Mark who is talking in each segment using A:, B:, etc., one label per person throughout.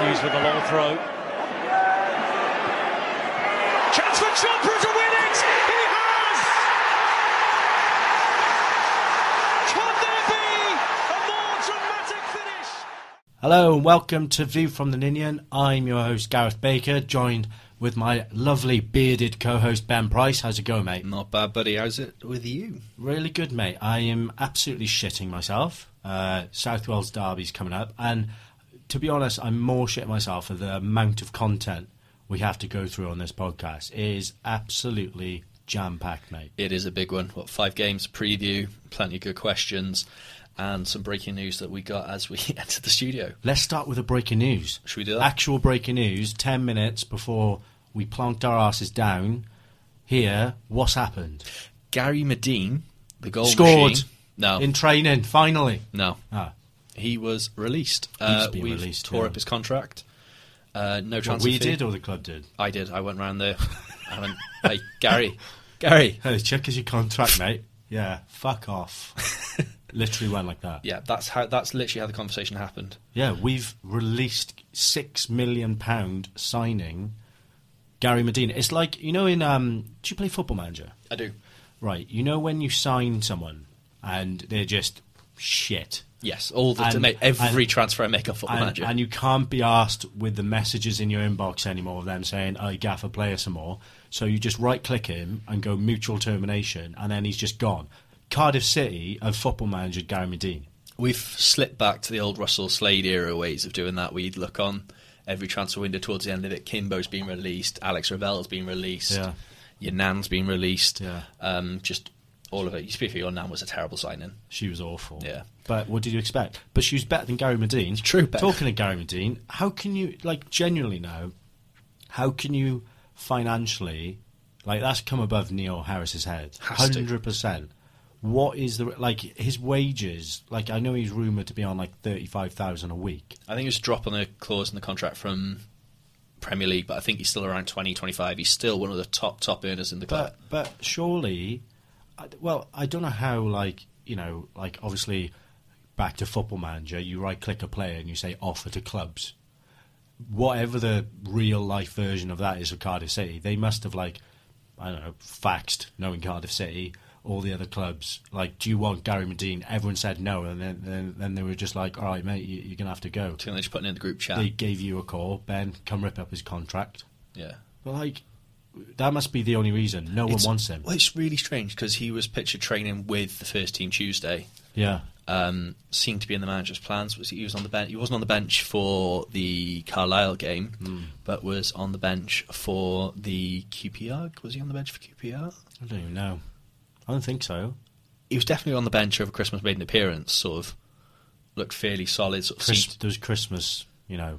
A: Hughes with a long throw. Chance for Chopra to win it! He has! Can there be a more dramatic finish?
B: Hello and welcome to View from the Ninian. I'm your host Gareth Baker, joined with my lovely bearded co-host Ben Price. How's it going, mate?
C: Not bad, buddy. How's it with you?
B: Really good, mate. I am absolutely shitting myself. Uh, South Wales Derby's coming up, and to be honest, I'm more shit myself for the amount of content we have to go through on this podcast. It is absolutely jam packed, mate.
C: It is a big one. What five games preview? Plenty of good questions, and some breaking news that we got as we entered the studio.
B: Let's start with the breaking news.
C: Should we do that?
B: Actual breaking news. Ten minutes before we planked our asses down. Here, what's happened?
C: Gary Medine, the goal
B: Scored.
C: Oh, machine. No,
B: In training, finally.
C: no,
B: Ah,
C: he was released. Uh,
B: been
C: we've
B: released,
C: Tore
B: yeah.
C: up his contract. Uh, no
B: what
C: transfer
B: we
C: fee.
B: did or the club did?
C: I did. I went round there. I went, hey, Gary, Gary.
B: Hey, check is your contract, mate. Yeah, fuck off. Literally went like that.
C: Yeah, that's how. That's literally how the conversation happened.
B: Yeah, we've released six million pound signing Gary Medina. It's like you know in um, do you play Football Manager?
C: I do.
B: Right, you know when you sign someone and they're just shit.
C: Yes, all the
B: And-
C: mate, every
B: and-
C: transfer I make a football
B: And,
C: manager.
B: and you can't be asked with the messages in your inbox anymore of them saying, "I gaffer player some more." So you just right click him and go mutual termination, and then he's just gone. Cardiff City and Football Manager Gary Medina.
C: We've slipped back to the old Russell Slade era ways of doing that. We'd look on every transfer window towards the end of it. Kimbo's been released, Alex Ravel's been released,
B: Yeah.
C: your Nan's been released.
B: Yeah.
C: Um, just all of it. You speak for your Nan was a terrible signing.
B: She was awful.
C: Yeah.
B: But what did you expect? But she was better than Gary Medine.
C: true, Ben.
B: Talking of Gary Medine, how can you, like, genuinely now, how can you financially, like, that's come above Neil Harris's head.
C: Has to.
B: 100%. What is the, like, his wages, like, I know he's rumoured to be on, like, 35000 a week.
C: I think it was a drop on the clause in the contract from Premier League, but I think he's still around 20, 25. He's still one of the top, top earners in the club.
B: But, but surely, I- well, I don't know how, like, you know, like, obviously, back to football manager, you right click a player and you say offer to clubs. Whatever the real life version of that is of Cardiff City, they must have, like, I don't know, faxed, knowing Cardiff City, all the other clubs, like, do you want Gary Medine? Everyone said no, and then, then, then they were just like, all right, mate, you, you're going to have to go.
C: I think they're just putting it in the group chat.
B: They gave you a call, Ben, come rip up his contract.
C: yeah.
B: But, like, that must be the only reason. No one wants him.
C: Well, it's really strange because he was pictured training with the first team Tuesday.
B: Yeah.
C: um, seemed to be in the manager's plans. Was he was on the bench? He wasn't on the bench for the Carlisle game,
B: Hmm.
C: but was on the bench for the QPR. Was he on the bench for QPR?
B: I don't even know. I don't think so.
C: He was definitely on the bench over Christmas. Made an appearance, sort of looked fairly solid. Sort of
B: Chris,
C: seemed-
B: Those Christmas, you know,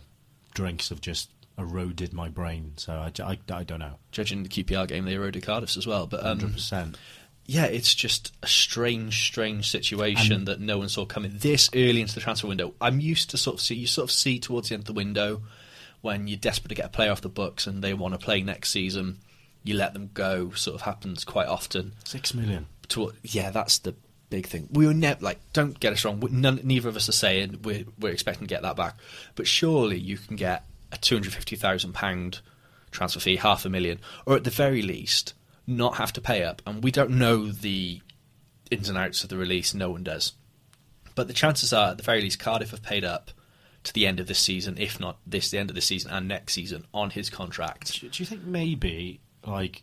B: drinks have just eroded my brain, so I, I, I don't know.
C: judging the QPR game, they eroded Cardiff's as well. But um,
B: 100%.
C: yeah, it's just a strange, strange situation that no one saw coming this early into the transfer window. I'm used to sort of see you sort of see towards the end of the window when you're desperate to get a player off the books and they want to play next season, you let them go. Sort of happens quite often.
B: Six million.
C: To, yeah, that's the big thing. We were never like, don't get us wrong. we- None, neither of us are saying we're we're expecting to get that back, but surely you can get a two hundred fifty thousand pound transfer fee, half a million, or at the very least, not have to pay up. And we don't know the ins and outs of the release. No one does, but the chances are, at the very least, Cardiff have paid up. To the end of this season, if not this, the end of this season and next season on his contract.
B: Do, do you think maybe, like,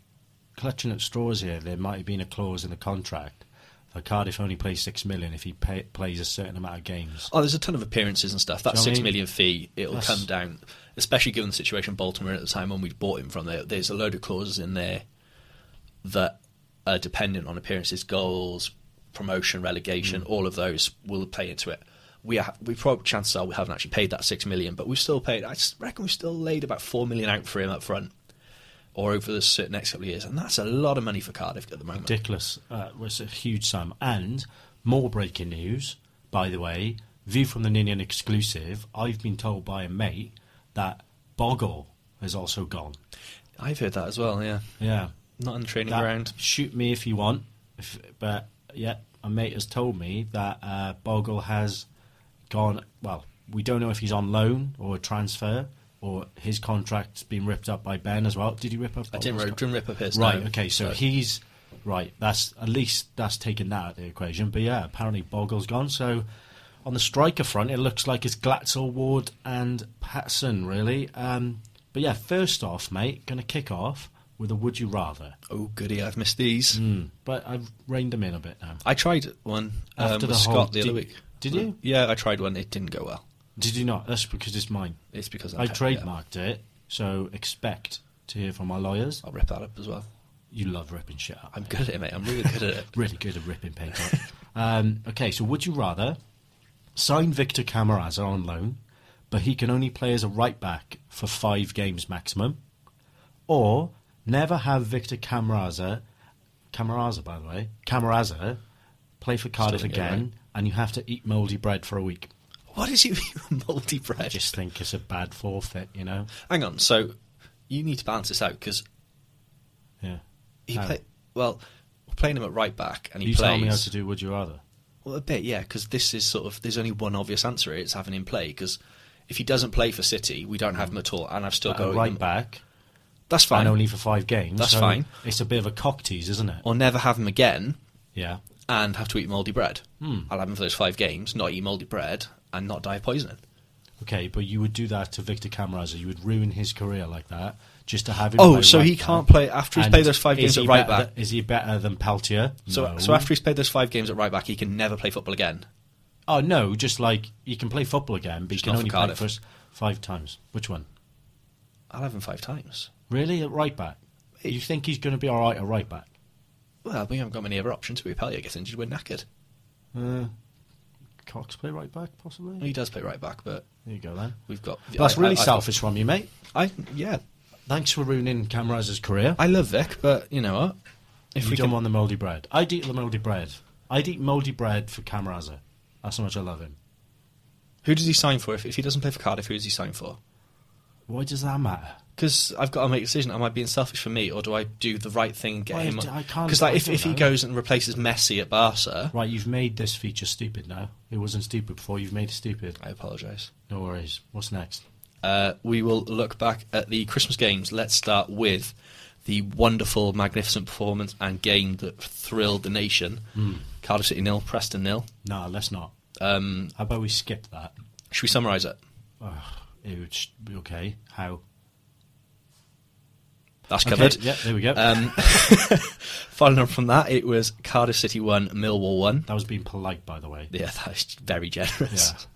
B: clutching at straws here, there might have been a clause in the contract that Cardiff only plays six million if he pay, plays a certain amount of games?
C: Oh, there's a ton of appearances and stuff. That
B: Do you know what
C: six
B: I mean?
C: million fee, it'll
B: That's-
C: come down, especially given the situation Baltimore at the time when we bought him from there. There's a load of clauses in there that are dependent on appearances, goals, promotion, relegation.
B: Mm.
C: All of those will play into it. We are, we probably chances are we haven't actually paid that six million, but we've still paid. I s- reckon we've still laid about four million out for him up front, or over the s- next couple of years, and that's a lot of money for Cardiff at the moment.
B: Ridiculous. Uh, was a huge sum. And more breaking news, by the way, view from the Ninian exclusive. I've been told by a mate that Boggle has also gone.
C: I've heard that as well. Yeah,
B: Yeah.
C: not in the training
B: That-
C: ground.
B: Shoot me if you want, if, but yeah, a mate has told me that uh, Bogle has gone. Well, we don't know if he's on loan or a transfer or his contract's been ripped up by Ben as well. Did he rip up?
C: I didn't,
B: Bob's
C: rip- didn't rip up his.
B: Oh, Right.
C: no.
B: Okay. So he's right. That's at least that's taken that out of the equation. But yeah, apparently Bogle's gone. So on the striker front, it looks like it's Glatzel, Ward, and Patson really. Um, but yeah, first off, mate, going to kick off with a would you rather.
C: Oh goody, I've missed these.
B: Mm. But I've reined them in a bit now.
C: I tried one um,
B: After
C: with
B: the whole-
C: Scott the other
B: did-
C: week.
B: did you?
C: Yeah, I tried one. It didn't go well.
B: Did you not? That's because it's mine.
C: It's because pe-
B: I
C: yeah.
B: trademarked it, so expect to hear from my lawyers.
C: I'll rip that up as well.
B: You love ripping shit up.
C: I'm good at it, mate. I'm really good at it.
B: really good at ripping paper. um, okay, so would you rather sign Victor Camaraza on loan, but he can only play as a right back for five games maximum, or never have Victor Camaraza, Camaraza by the way, Camaraza play for Cardiff
C: Starting it,
B: again,
C: right.
B: and you have to eat mouldy bread for a week?
C: What is you multi
B: I
C: bread?
B: just think it's a bad forfeit, you know.
C: Hang on. So you need to balance this out because
B: Yeah.
C: he
B: How?
C: play well. We're playing him at right back, and he
B: you
C: plays.
B: tell me how to do. Would you rather?
C: Well, a bit, yeah, because this is sort of there's only one obvious answer here. It's having him play because if he doesn't play for City, we don't have him at all, and I've still
B: But
C: got
B: a right back
C: That's fine.
B: and only for five games.
C: That's
B: so
C: fine.
B: It's a bit of a cock tease, isn't it?
C: Or never have him again,
B: Yeah.
C: and have to eat mouldy bread.
B: Hmm.
C: I'll have him for those five games, not eat mouldy bread, and not die of poisoning.
B: Okay, but you would do that to Victor Camaraza. You would ruin his career like that just to have him.
C: Oh,
B: play
C: so
B: right
C: he
B: back.
C: can't play after he's
B: And
C: played those five
B: is
C: games at
B: he
C: right
B: better
C: back?
B: than- is he better than Peltier?
C: So,
B: no.
C: so after he's played those five games at right back, he can never play football again.
B: oh no, just like he can play football again, but he can
C: not for
B: only play
C: Cardiff.
B: for us five times. Which one?
C: I'll have him five times.
B: Really, at right back? You think he's going to be all right at right back?
C: Well, we haven't got many other options. We Pellier gets injured, we're knackered.
B: Uh, Cox play right back, possibly.
C: He does play right back, but
B: There you go then.
C: we've got.
B: That's
C: I- I-
B: really
C: I've got-
B: selfish from you, mate.
C: I yeah,
B: Thanks for ruining Camaraza's career.
C: I love Vic, but you know what? If
B: you
C: we
B: don't
C: can,
B: want the mouldy bread. I'd eat the mouldy bread. I'd eat mouldy bread for Camaraza. That's how much I love him.
C: who does he sign for? If, if he doesn't play for Cardiff, who does he sign for?
B: Why does that matter?
C: Because I've got to make a decision. Am I being selfish for me, or do I do the right thing and get
B: Well,
C: him?
B: I d- I can't-
C: Because like,
B: I
C: if,
B: don't
C: if he
B: know.
C: goes and replaces Messi at Barca,
B: Right, you've made this feature stupid now. It wasn't stupid before. You've made it stupid.
C: I apologise.
B: No worries. What's next?
C: Uh, we will look back at the Christmas games. Let's start with the wonderful, magnificent performance and game that thrilled the nation.
B: Hmm.
C: Cardiff City nil, Preston nil.
B: Nah, let's not.
C: Um,
B: How about we skip that?
C: should we summarise it?
B: Ugh, it would sh- be okay. How?
C: That's
B: Okay,
C: covered.
B: yeah, there we go.
C: Um, following on from that, it was Cardiff City 1, Millwall 1.
B: that was being polite, by the way.
C: Yeah, that is very generous.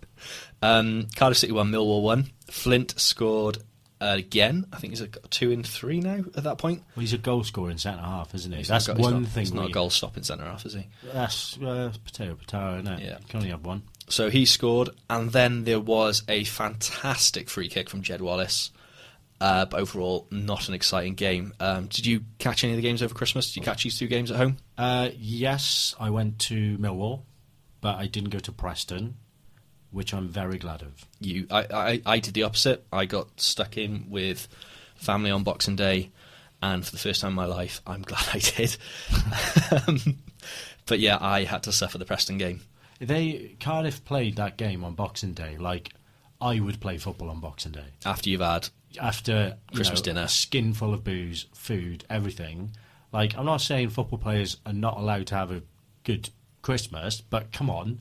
C: Um, Cardiff City 1, Millwall 1. Flint scored uh, again. I think he's got 2 and 3 now at that point.
B: Well, he's a goal scorer in centre half, isn't he?
C: He's
B: That's
C: not got- he's
B: one
C: not-
B: thing.
C: He's not
B: we-
C: a goal stopping centre half, is he?
B: That's uh, potato, potato, isn't it?
C: Yeah.
B: You can only have one.
C: So he scored, and then there was a fantastic free kick from Jed Wallace. Uh, but overall, not an exciting game. Um, did you catch any of the games over Christmas? Did you catch these two games at home?
B: Uh, yes, I went to Millwall, but I didn't go to Preston, which I'm very glad of.
C: you I, I i did the opposite i got stuck in with family on boxing day and for the first time in my life i'm glad i did um, but yeah i had to suffer the preston game
B: They Cardiff played that game on Boxing Day. Like I would play football on Boxing Day.
C: after you've had
B: after you
C: Christmas
B: know,
C: dinner.
B: a skin full of booze, food, everything. Like I'm not saying football players are not allowed to have a good Christmas, but come on,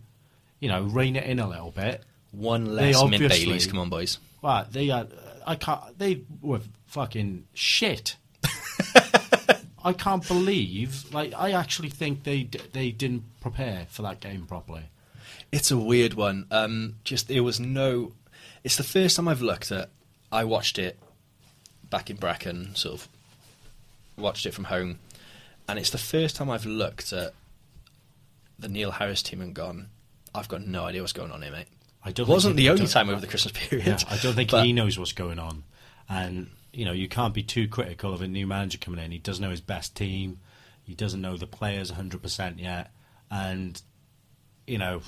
B: you know, rein it in a little bit.
C: one less mint
B: obviously-
C: baileys come on boys
B: Right, they are. I can't. They were fucking shit. I can't believe. Like I actually think they d- they didn't prepare for that game properly.
C: it's a weird one um just there was no it's the first time i've looked at i watched it back in brecon sort of watched it from home and it's the first time i've looked at the Neil Harris team and gone, I've got no idea what's going on here, mate.
B: I
C: It
B: don't.
C: wasn't
B: think-
C: the
B: I
C: only
B: don't-
C: time over the Christmas period.
B: Yeah, I don't think
C: but
B: he knows what's going on, and you know you can't be too critical of a new manager coming in. He doesn't know his best team, he doesn't know the players 100 percent yet, and you know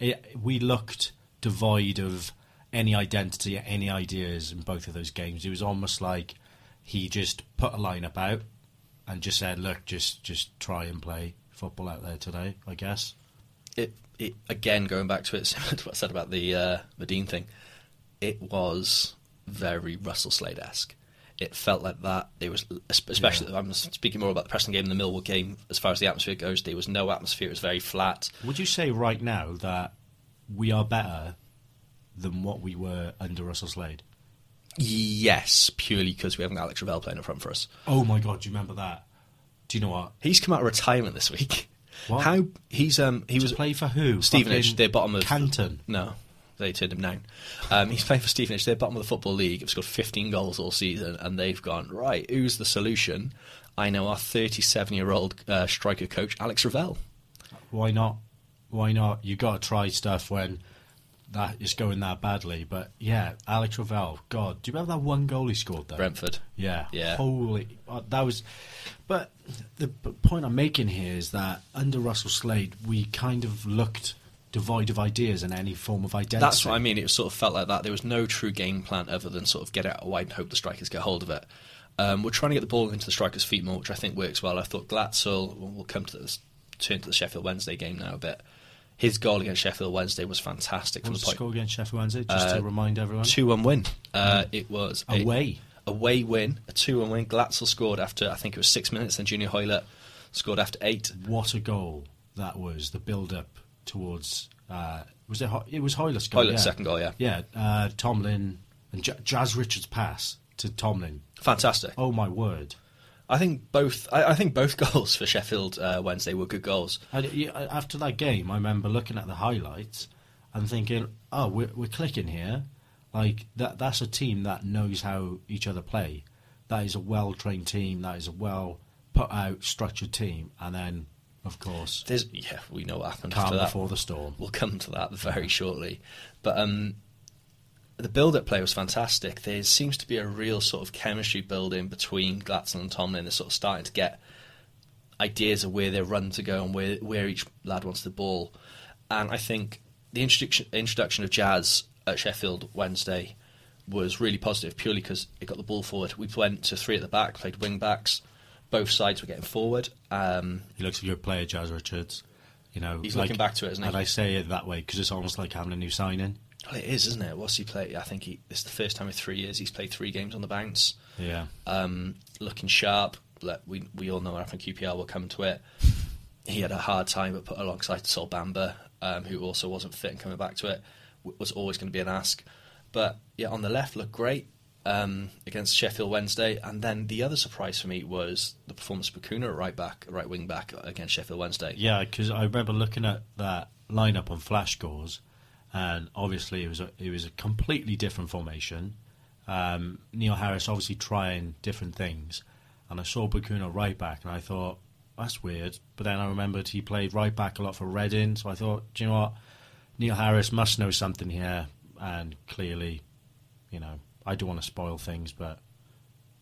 B: it, we looked devoid of any identity, any ideas in both of those games. It was almost like he just put a lineup out and just said, "Look, just just try and play football out there today." I guess
C: it, it again going back to it, similar to what I said about the uh, Medine thing. It was very Russell Slade esque. It felt like that. There was especially. I'm speaking more about the Preston game and the Millwall game. As far as the atmosphere goes, there was no atmosphere. It was very flat.
B: Would you say right now that we are better than what we were under Russell Slade?
C: Yes, purely because we haven't got Alex Ravel playing up front for us.
B: Oh my god, do you remember that? Do you know what?
C: He's come out of retirement this week.
B: What?
C: How he's um he
B: He
C: was
B: was play for who?
C: Stevenage,
B: Fucking
C: they're bottom of
B: Canton.
C: No, they turned him down. Um, he's playing for Stevenage. They're bottom of the football league. Have scored 15 goals all season, and they've gone right. Who's the solution? I know our 37-year-old uh, striker coach Alex Ravel.
B: Why not? Why not? You got to try stuff when that is going that badly. But yeah, Alex Ravel. God, do you remember that one goal he scored though?
C: Brentford.
B: Yeah.
C: Yeah.
B: Holy, uh, that was. But the p- point I'm making here is that under Russell Slade, we kind of looked devoid of ideas and any form of identity.
C: That's what I mean. It sort of felt like that. There was no true game plan other than sort of get out wide and hope the strikers get hold of it. Um, we're trying to get the ball into the strikers' feet more, which I think works well. I thought Glatzel, we'll we'll come to this, turn to the Sheffield Wednesday game now a bit. His goal against Sheffield Wednesday was fantastic from the
B: What was the
C: point.
B: score against Sheffield Wednesday? Just to remind everyone.
C: Uh, Two one win. Uh, It was a-
B: Away.
C: away win, a two one win. Glatzel scored after I think it was six minutes, and Junior Hoylett scored after eight.
B: What a goal that was! The build-up towards uh, was it? Ho- it was Hoylett's goal.
C: Hoylett's
B: Oh, yeah.
C: second goal, yeah.
B: Yeah, uh, Tomlin and J- Jazz Richards' pass to Tomlin.
C: Fantastic.
B: Oh my word!
C: I think both. I, I think both goals for Sheffield uh, Wednesday were good goals.
B: And, yeah, after that game, I remember looking at the highlights and thinking, "Oh, we're, we're clicking here." Like that—that's a team that knows how each other play. That is a well-trained team. That is a well put-out, structured team. And then, of course,
C: There's, yeah, we know what happened after
B: calm
C: that.
B: before the storm.
C: We'll come to that very shortly. But um, the build-up play was fantastic. There seems to be a real sort of chemistry building between Glatzel and Tomlin. They're sort of starting to get ideas of where their run to go and where where each lad wants the ball. And I think the introduction introduction of Jazz at Sheffield Wednesday was really positive, purely because it got the ball forward. We went to three at the back, played wing backs. Both sides were getting forward. Um,
B: He looks a good player, Jazz Richards. You know,
C: He's looking back to it, isn't he?
B: And I say it that way because it's almost like having a new signing.
C: Well, it is, isn't it? What's he played? I think he, it's the first time in three years he's played three games on the bounce.
B: Yeah,
C: Um, looking sharp. Like we we all know what happened. QPR will come to it. He had a hard time, but put alongside Sol Bamba, um, who also wasn't fit and coming back to it, w- was always going to be an ask. But yeah, on the left looked great um, against Sheffield Wednesday, and then the other surprise for me was the performance of Bakuna at right back, right wing back against Sheffield Wednesday.
B: yeah. Because I remember looking at that lineup on Flash Scores, and obviously it was a, it was a completely different formation. Um, Neil Harris obviously trying different things, and I saw Bakuna right back, and I thought that's weird. But then I remembered he played right back a lot for Reading, so I thought, do you know what? Neil Harris must know something here, and clearly, you know, I don't want to spoil things, but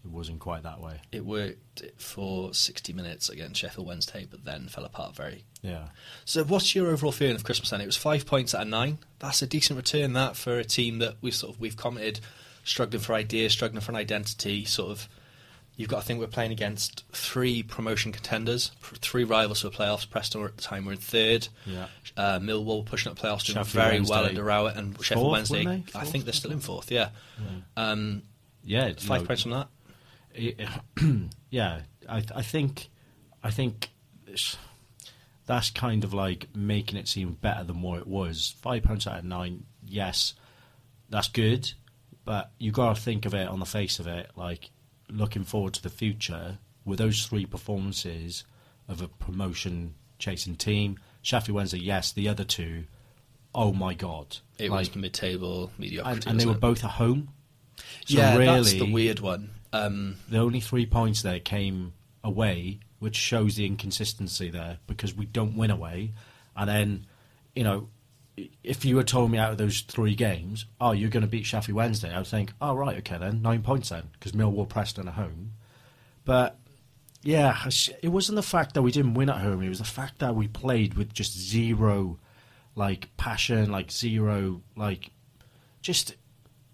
B: it wasn't quite that way.
C: It worked for 60 minutes against Sheffield Wednesday, but then fell apart very
B: Yeah.
C: So, what's your overall feeling of Christmas then? It was five points out of nine. That's a decent return, that for a team that we've sort of we've commented struggling for ideas, struggling for an identity. Sort of, you've got to think we're playing against three promotion contenders, pr- three rivals for the playoffs. Preston were at the time were in third.
B: Yeah.
C: Uh, Millwall were pushing up playoffs, doing
B: Sheffield
C: very well
B: Wednesday.
C: under Rowett and Sheffield
B: Fourth,
C: Wednesday.
B: weren't they?
C: I
B: Fourth
C: think they're
B: or
C: still in fourth. Yeah. Um,
B: Yeah,
C: five
B: no,
C: points from that.
B: it- yeah, I, I think, I think it's- that's kind of like making it seem better than what it was. Five pounds out of nine, yes, that's good, but you got to think of it on the face of it, like looking forward to the future. Were those three performances of a promotion chasing team? Sheffield Wednesday, yes. The other two, oh my god,
C: It
B: like,
C: was mid-table mediocrity,
B: and, and they
C: wasn't
B: were
C: it?
B: both at home. So
C: yeah,
B: really,
C: that's the weird one. Um,
B: the only three points there came away, which shows the inconsistency there because we don't win away. And then, you know, i- if you had told me out of those three games, oh, you're going to beat Sheffield Wednesday, I would think, oh, right, okay then, nine points then, because Millwall, Preston at home. But yeah, it's- it wasn't the fact that we didn't win at home. It was the fact that we played with just zero, like passion, like zero, like just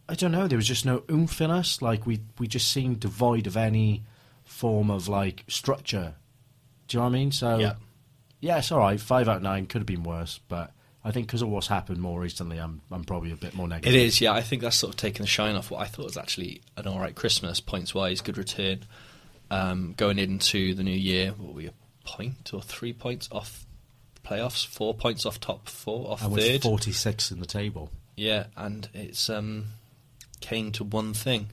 B: I don't know. There was just no oomph in us. Like we we just seemed devoid of any form of like structure. Do you know what I mean? So
C: Yeah.
B: yeah, it's all right. Five out of nine could have been worse, but I think because of what's happened more recently, I'm I'm probably a bit more
C: It
B: negative.
C: is, yeah. I think that's sort of taken the shine off what I thought was actually an all right Christmas, points wise, good return. Um, going into the new year, what were we, a point or three points off playoffs, four points off top four, off
B: And with
C: third.
B: 46 in the table,
C: Yeah, and it's um, came to one thing.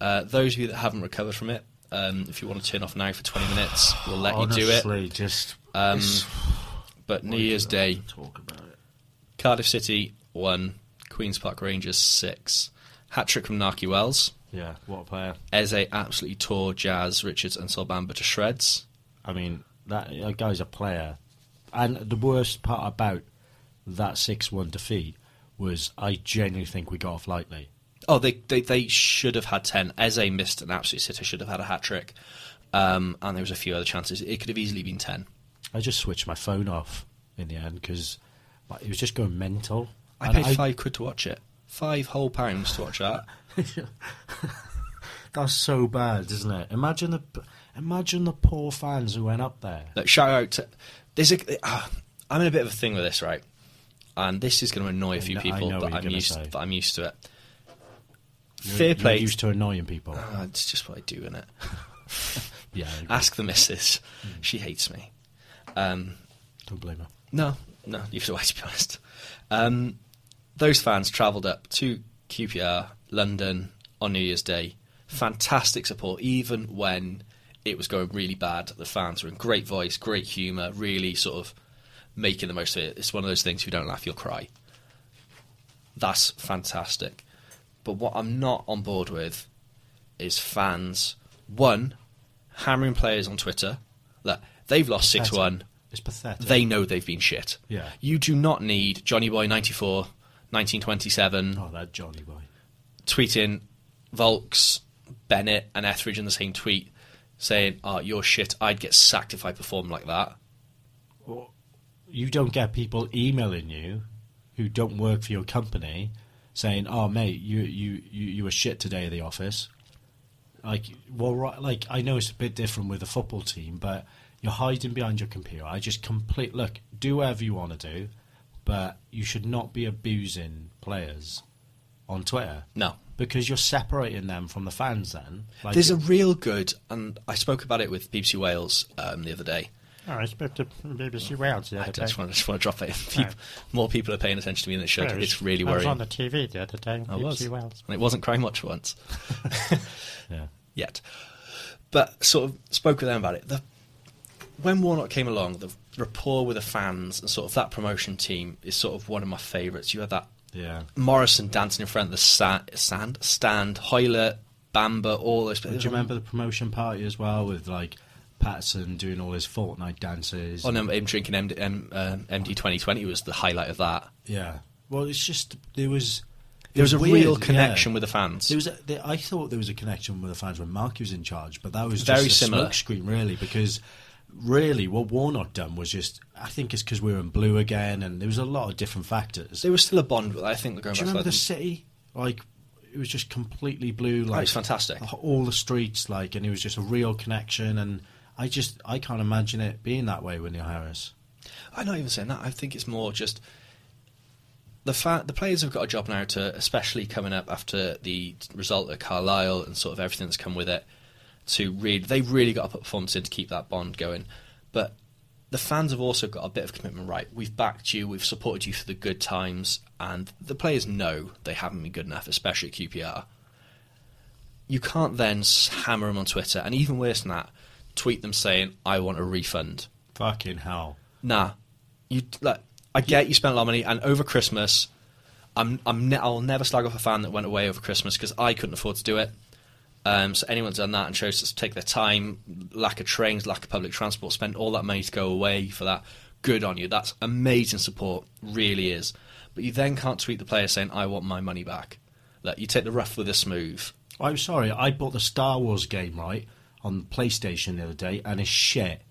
C: Uh, those of you that haven't recovered from it, um, if you want to turn off now for 20 minutes, we'll let you do it.
B: honestly, just
C: Um,
B: it's-
C: But New Year's Day,
B: Talk about it.
C: Cardiff City one, Queens Park Rangers six, hat trick from Naki Wells.
B: Yeah, what a player.
C: Eze absolutely tore Jazz, Richards, and Solbamba to shreds.
B: I mean, that, that guy's a player. And the worst part about that 6 1 defeat was I genuinely think we got off lightly.
C: Oh, they, they they should have had ten. Eze missed an absolute sitter. Should have had a hat trick, um, and there was a few other chances. It could have easily been ten.
B: I just switched my phone off in the end because it was just going mental.
C: I
B: And
C: paid five quid to watch it. Five whole pounds to watch that.
B: That's so bad, isn't it? Imagine the imagine the poor fans who went up there.
C: Look, shout out to. There's a. Uh, I'm in a bit of a thing with this, right? And this is going to annoy a few
B: know- I
C: people,
B: know
C: but
B: what you're
C: I'm
B: gonna
C: used.
B: say.
C: But I'm used to it.
B: You're-
C: Fair
B: you're
C: play.
B: used to annoying people.
C: Ah, it's just what I do, innit?
B: Yeah, I agree.
C: Ask the missus. She hates me. Um,
B: don't blame her.
C: No, no, you've right to be honest. Um, those fans travelled up to QPR, London on New Year's Day. Fantastic support, even when it was going really bad. The fans were in great voice, great humour, really sort of making the most of it. It's one of those things if you don't laugh, you'll cry. That's fantastic. But what I'm not on board with is fans, one, hammering players on Twitter that they've lost 6 1
B: It's pathetic.
C: they know they've been shit.
B: Yeah.
C: You do not need Johnny Boy 94, 1927,
B: oh, that Johnny boy.
C: tweeting Volks, Bennett, and Etheridge in the same tweet saying, Oh, you're shit. I'd get sacked if I performed like that.
B: You don't get people emailing you who don't work for your company saying, "Oh, mate, you you you, you were shit today at the office." Like, well, right, like I know it's a bit different with a football team, but you're hiding behind your computer. I just complete look. Do whatever you want to do, but you should not be abusing players on Twitter.
C: No.
B: because you're separating them from the fans. Then like,
C: There's a real good, and I spoke about it with BBC Wales um, the other day.
D: Oh, I spoke to BBC Wales the
C: Oh, I
D: other day.
C: just want, to, just want to drop it. in. People, More people are paying attention to me than they should.
D: I was-
C: It's really
D: I was
C: worrying.
D: on the TV the other day.
C: I
D: BBC
C: was.
D: Wales.
C: And it wasn't crying much for once.
B: yeah.
C: yet. But sort of spoke with them about it. The, when Warnock came along, the rapport with the fans and sort of that promotion team is sort of one of my favourites. You had that
B: Yeah.
C: Morrison dancing in front of the sa- sand, stand, Hoyler, Bamber, all those.
B: Do you remember the promotion party as well with like Patson doing all his Fortnite dances?
C: On Oh, him drinking MD, M, um, MD 2020 was the highlight of that.
B: Yeah. Well, it's just there was
C: There was a
B: weird,
C: real
B: yeah.
C: connection with the fans.
B: There was a, there, I thought there was a connection with the fans when Markey was in charge, but that was
C: Very
B: just a
C: similar.
B: smokescreen, really, because really what Warnock done was just I think it's because we were in blue again, and there was a lot of different factors.
C: there was still a bond, but I think they're going
B: Do you
C: back to
B: remember the
C: that.
B: city? Like it was just completely blue. Like
C: was fantastic.
B: All the streets, like, and it was just a real connection. And I just I can't imagine it being that way with Neil Harris.
C: I'm not even saying that. I think it's more just the fa- the players have got a job now to, especially coming up after the result at Carlisle and sort of everything that's come with it. To read, they've really got to put performance in to keep that bond going. But the fans have also got a bit of commitment. Right, we've backed you, we've supported you through the good times, and the players know they haven't been good enough, especially at QPR. You can't then s- hammer them on Twitter, and even worse than that, tweet them saying, "I want a refund."
B: Fucking hell!
C: nah, you like. I get you spent a lot of money, and over Christmas, I'm I'm ne- I'll never slag off a fan that went away over Christmas because I couldn't afford to do it. Um, so anyone's done that and chose to take their time, lack of trains, lack of public transport, spent all that money to go away for that. Good on you. That's amazing support, really is. But you then can't tweet the player saying, "I want my money back." Like you take the rough with the smooth.
B: I'm sorry, I bought the Star Wars game right on PlayStation the other day, and it's shit.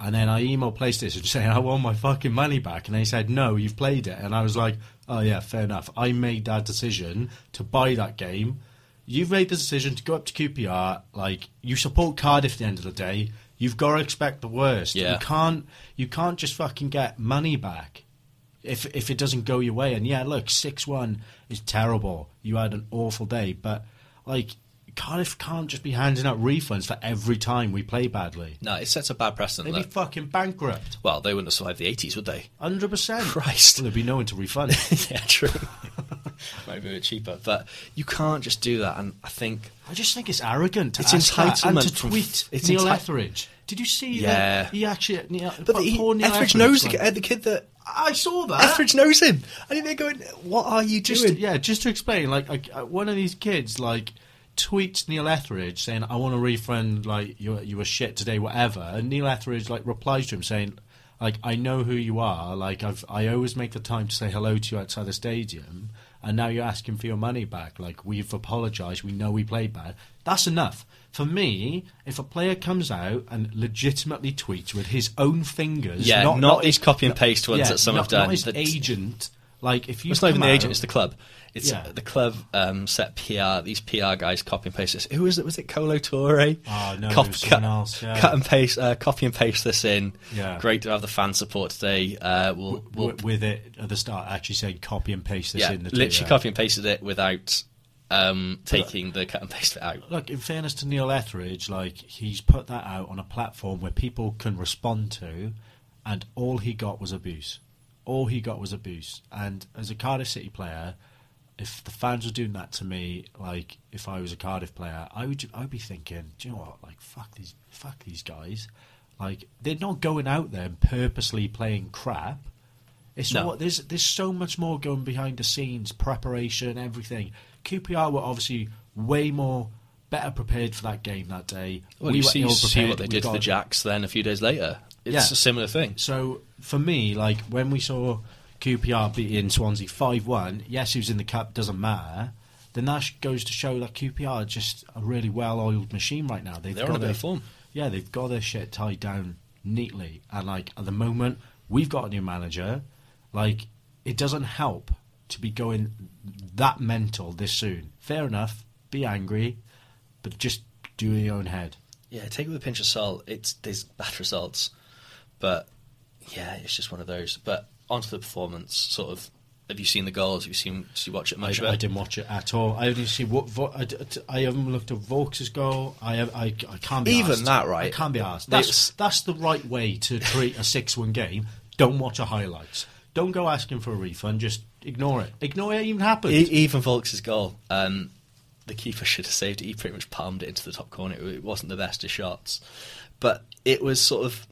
B: And then I emailed PlayStation saying I want my fucking money back, and they said no, you've played it. And I was like, oh yeah, fair enough. I made that decision to buy that game. You've made the decision to go up to QPR. Like you support Cardiff at the end of the day. You've got to expect the worst.
C: Yeah.
B: You can't you can't just fucking get money back if if it doesn't go your way. And yeah, look, six one is terrible. You had an awful day, but like Cardiff can't just be handing out refunds for every time we play badly.
C: No, it sets a bad
B: They'd
C: precedent.
B: be
C: though.
B: fucking bankrupt,
C: well, they wouldn't have survived the 80s, would they?
B: hundred percent.
C: Christ.
B: Well, there'd be no one to refund.
C: yeah, true. Might be a bit cheaper, but you can't just do that. And I think
B: I just think it's arrogant. To
C: It's
B: ask that and to
C: entitlement from-
B: tweet
C: it's
B: Neil
C: enti-
B: Etheridge. Did you see?
C: Yeah.
B: that he actually. Neil,
C: But, he,
B: poor Neil
C: Etheridge knows the,
B: like-
C: ki- the kid that
B: I saw that.
C: Etheridge knows him, and they're going, "What are you
B: just
C: doing?"
B: yeah, just to explain, like, like uh, one of these kids like tweets Neil Etheridge saying, "I want a refund. Like you, you were shit today, whatever." And Neil Etheridge like replies to him saying, "Like I know who you are. Like I've I always make the time to say hello to you outside the stadium, and now you're asking for your money back. Like we've apologized. We know we played bad. That's enough." For me, if a player comes out and legitimately tweets with his own fingers,
C: Yeah,
B: not,
C: not these copy and paste ones
B: yeah,
C: that some
B: not,
C: have done.
B: not his
C: that-
B: agent, like if you
C: It's not even
B: come
C: the agent;
B: out-
C: it's the club. It's
B: Yeah.
C: the club um, set PR. These PR guys copy and paste this. Who was it? Was it Colo Torre?
B: Oh, no, it was
C: cut,
B: someone else, yeah.
C: cut and paste. Uh, copy and paste this in.
B: Yeah.
C: Great to have the fan support today. Uh, we'll, we'll
B: w- with it at the start, actually saying copy and paste this
C: yeah,
B: in the
C: literally
B: tweet.
C: copy and pasted it without um, taking the cut and paste it out.
B: Look, in fairness to Neil Etheridge, like he's put that out on a platform where people can respond to, and all he got was abuse. All he got was abuse. And as a Cardiff City player, if the fans were doing that to me, like if I was a Cardiff player, I would I'd be thinking, do you know what? Like fuck these fuck these guys. Like they're not going out there and purposely playing crap. It's
C: No.
B: what there's there's so much more going behind the scenes, preparation, everything. QPR were obviously way more better prepared for that game that day.
C: Well, you
B: were
C: see, you see
B: ill-prepared.
C: what they
B: We
C: did to the
B: got-
C: Jacks then a few days later. It's
B: Yeah.
C: a similar thing.
B: So for me, like when we saw QPR beating Swansea five one, yes, who's in the cup doesn't matter. Then that sh- goes to show that QPR are just a really well-oiled machine right now. They've
C: They're
B: got
C: on a bit
B: their-
C: of form.
B: Yeah, they've got their shit tied down neatly, and like at the moment, we've got a new manager. Like it doesn't help to be going that mental this soon. Fair enough, be angry, but just do it in your own head.
C: Yeah, take it with a pinch of salt. It's there's bad results, but yeah, it's just one of those. But onto the performance, sort of. Have you seen the goals? Have you seen? Did you watch it
B: I,
C: much? of
B: I
C: it?
B: didn't watch it at all. I only see what Vo- I, d- t- I haven't looked at Volks's goal. I I, I can't be
C: Even
B: arsed.
C: that, right?
B: I can't be asked.
C: They-
B: That's that's the right way to treat a six-one game. Don't watch a highlights. Don't go asking for a refund. Just ignore it. Ignore it even happened.
C: E- even Volks's goal, um, the keeper should have saved it. He pretty much palmed it into the top corner. It, it wasn't the best of shots, but it was sort of.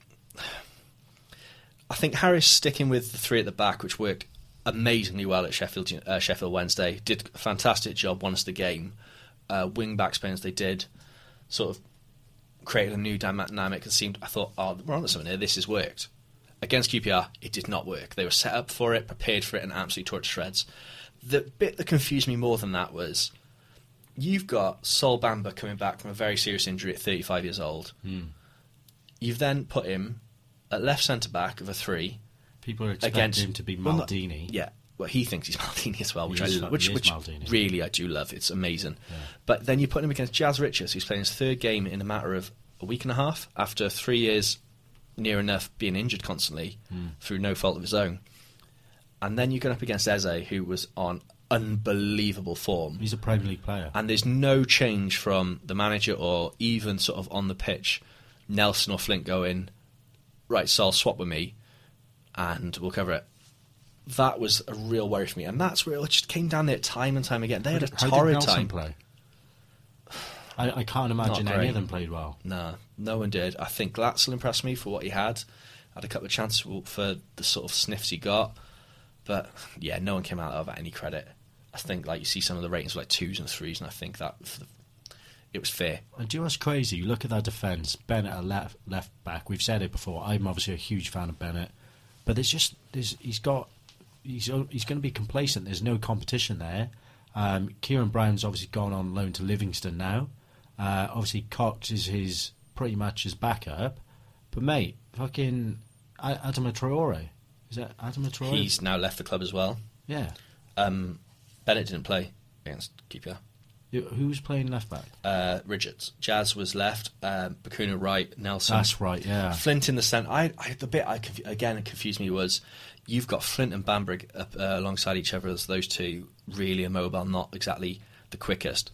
C: I think Harris sticking with the three at the back, which worked amazingly well at Sheffield uh, Sheffield Wednesday, did a fantastic job. Won us the game. Uh, wing back spins they did, sort of created a new dynamic and seemed. I thought, oh, we're onto something here. This has worked. Against QPR, it did not work. They were set up for it, prepared for it, and absolutely tore it to shreds. The bit that confused me more than that was you've got Sol Bamba coming back from a very serious injury at 35 years old. You've then put him at left centre back of a three
B: People are expecting
C: against
B: him to be
C: well, not-
B: Maldini.
C: yeah, well, he thinks he's Maldini as well, which
B: He
C: I
B: is-
C: lo- which,
B: he is
C: which
B: Maldini.
C: really I do love. It's amazing. But then you put him against Jazz Richards, who's playing his third game in a matter of a week and a half after three years, near enough, being injured constantly
B: Hmm.
C: through no fault of his own. And then you going up against Eze, who was on unbelievable form
B: He's a Premier League player.
C: and there's no change from the manager or even sort of on the pitch, Nelson or Flint going, right, Sol, swap with me, and we'll cover it. That was a real worry for me, and that's where it just came down there time and time again. They had a
B: How did- how did
C: torrid
B: Nelson
C: time.
B: play? I, I can't imagine
C: Not
B: any
C: great.
B: of them played well.
C: Nah, no one did. I think Glatzel impressed me for what he had. Had a couple of chances for- for the sort of sniffs he got, but yeah, no one came out of it any credit. I think like you see some of the ratings were like twos and threes, and I think that it was fair.
B: And Uh, do you know what's crazy? You look at that defence, Bennett at left left back. We've said it before. I'm obviously a huge fan of Bennett, but there's just there's he's got he's o- he's going to be complacent. There's no competition there. Um, Kieran Brown's obviously gone on loan to Livingston now. Uh, obviously Cox is his pretty much his backup. But mate, fucking A- Adama Traore is that Adama Traore?
C: He's now left the club as well.
B: yeah.
C: Um, Bennett didn't play against QPR.
B: Who- Who's playing left back?
C: Uh, Richards, Jazz was left, um, Bakuna right, Nelson.
B: That's right, yeah.
C: Flint in the centre. I, I the bit I conf- again it confused me was you've got Flint and Bamberg up, uh, alongside each other as those two really immobile, not exactly the quickest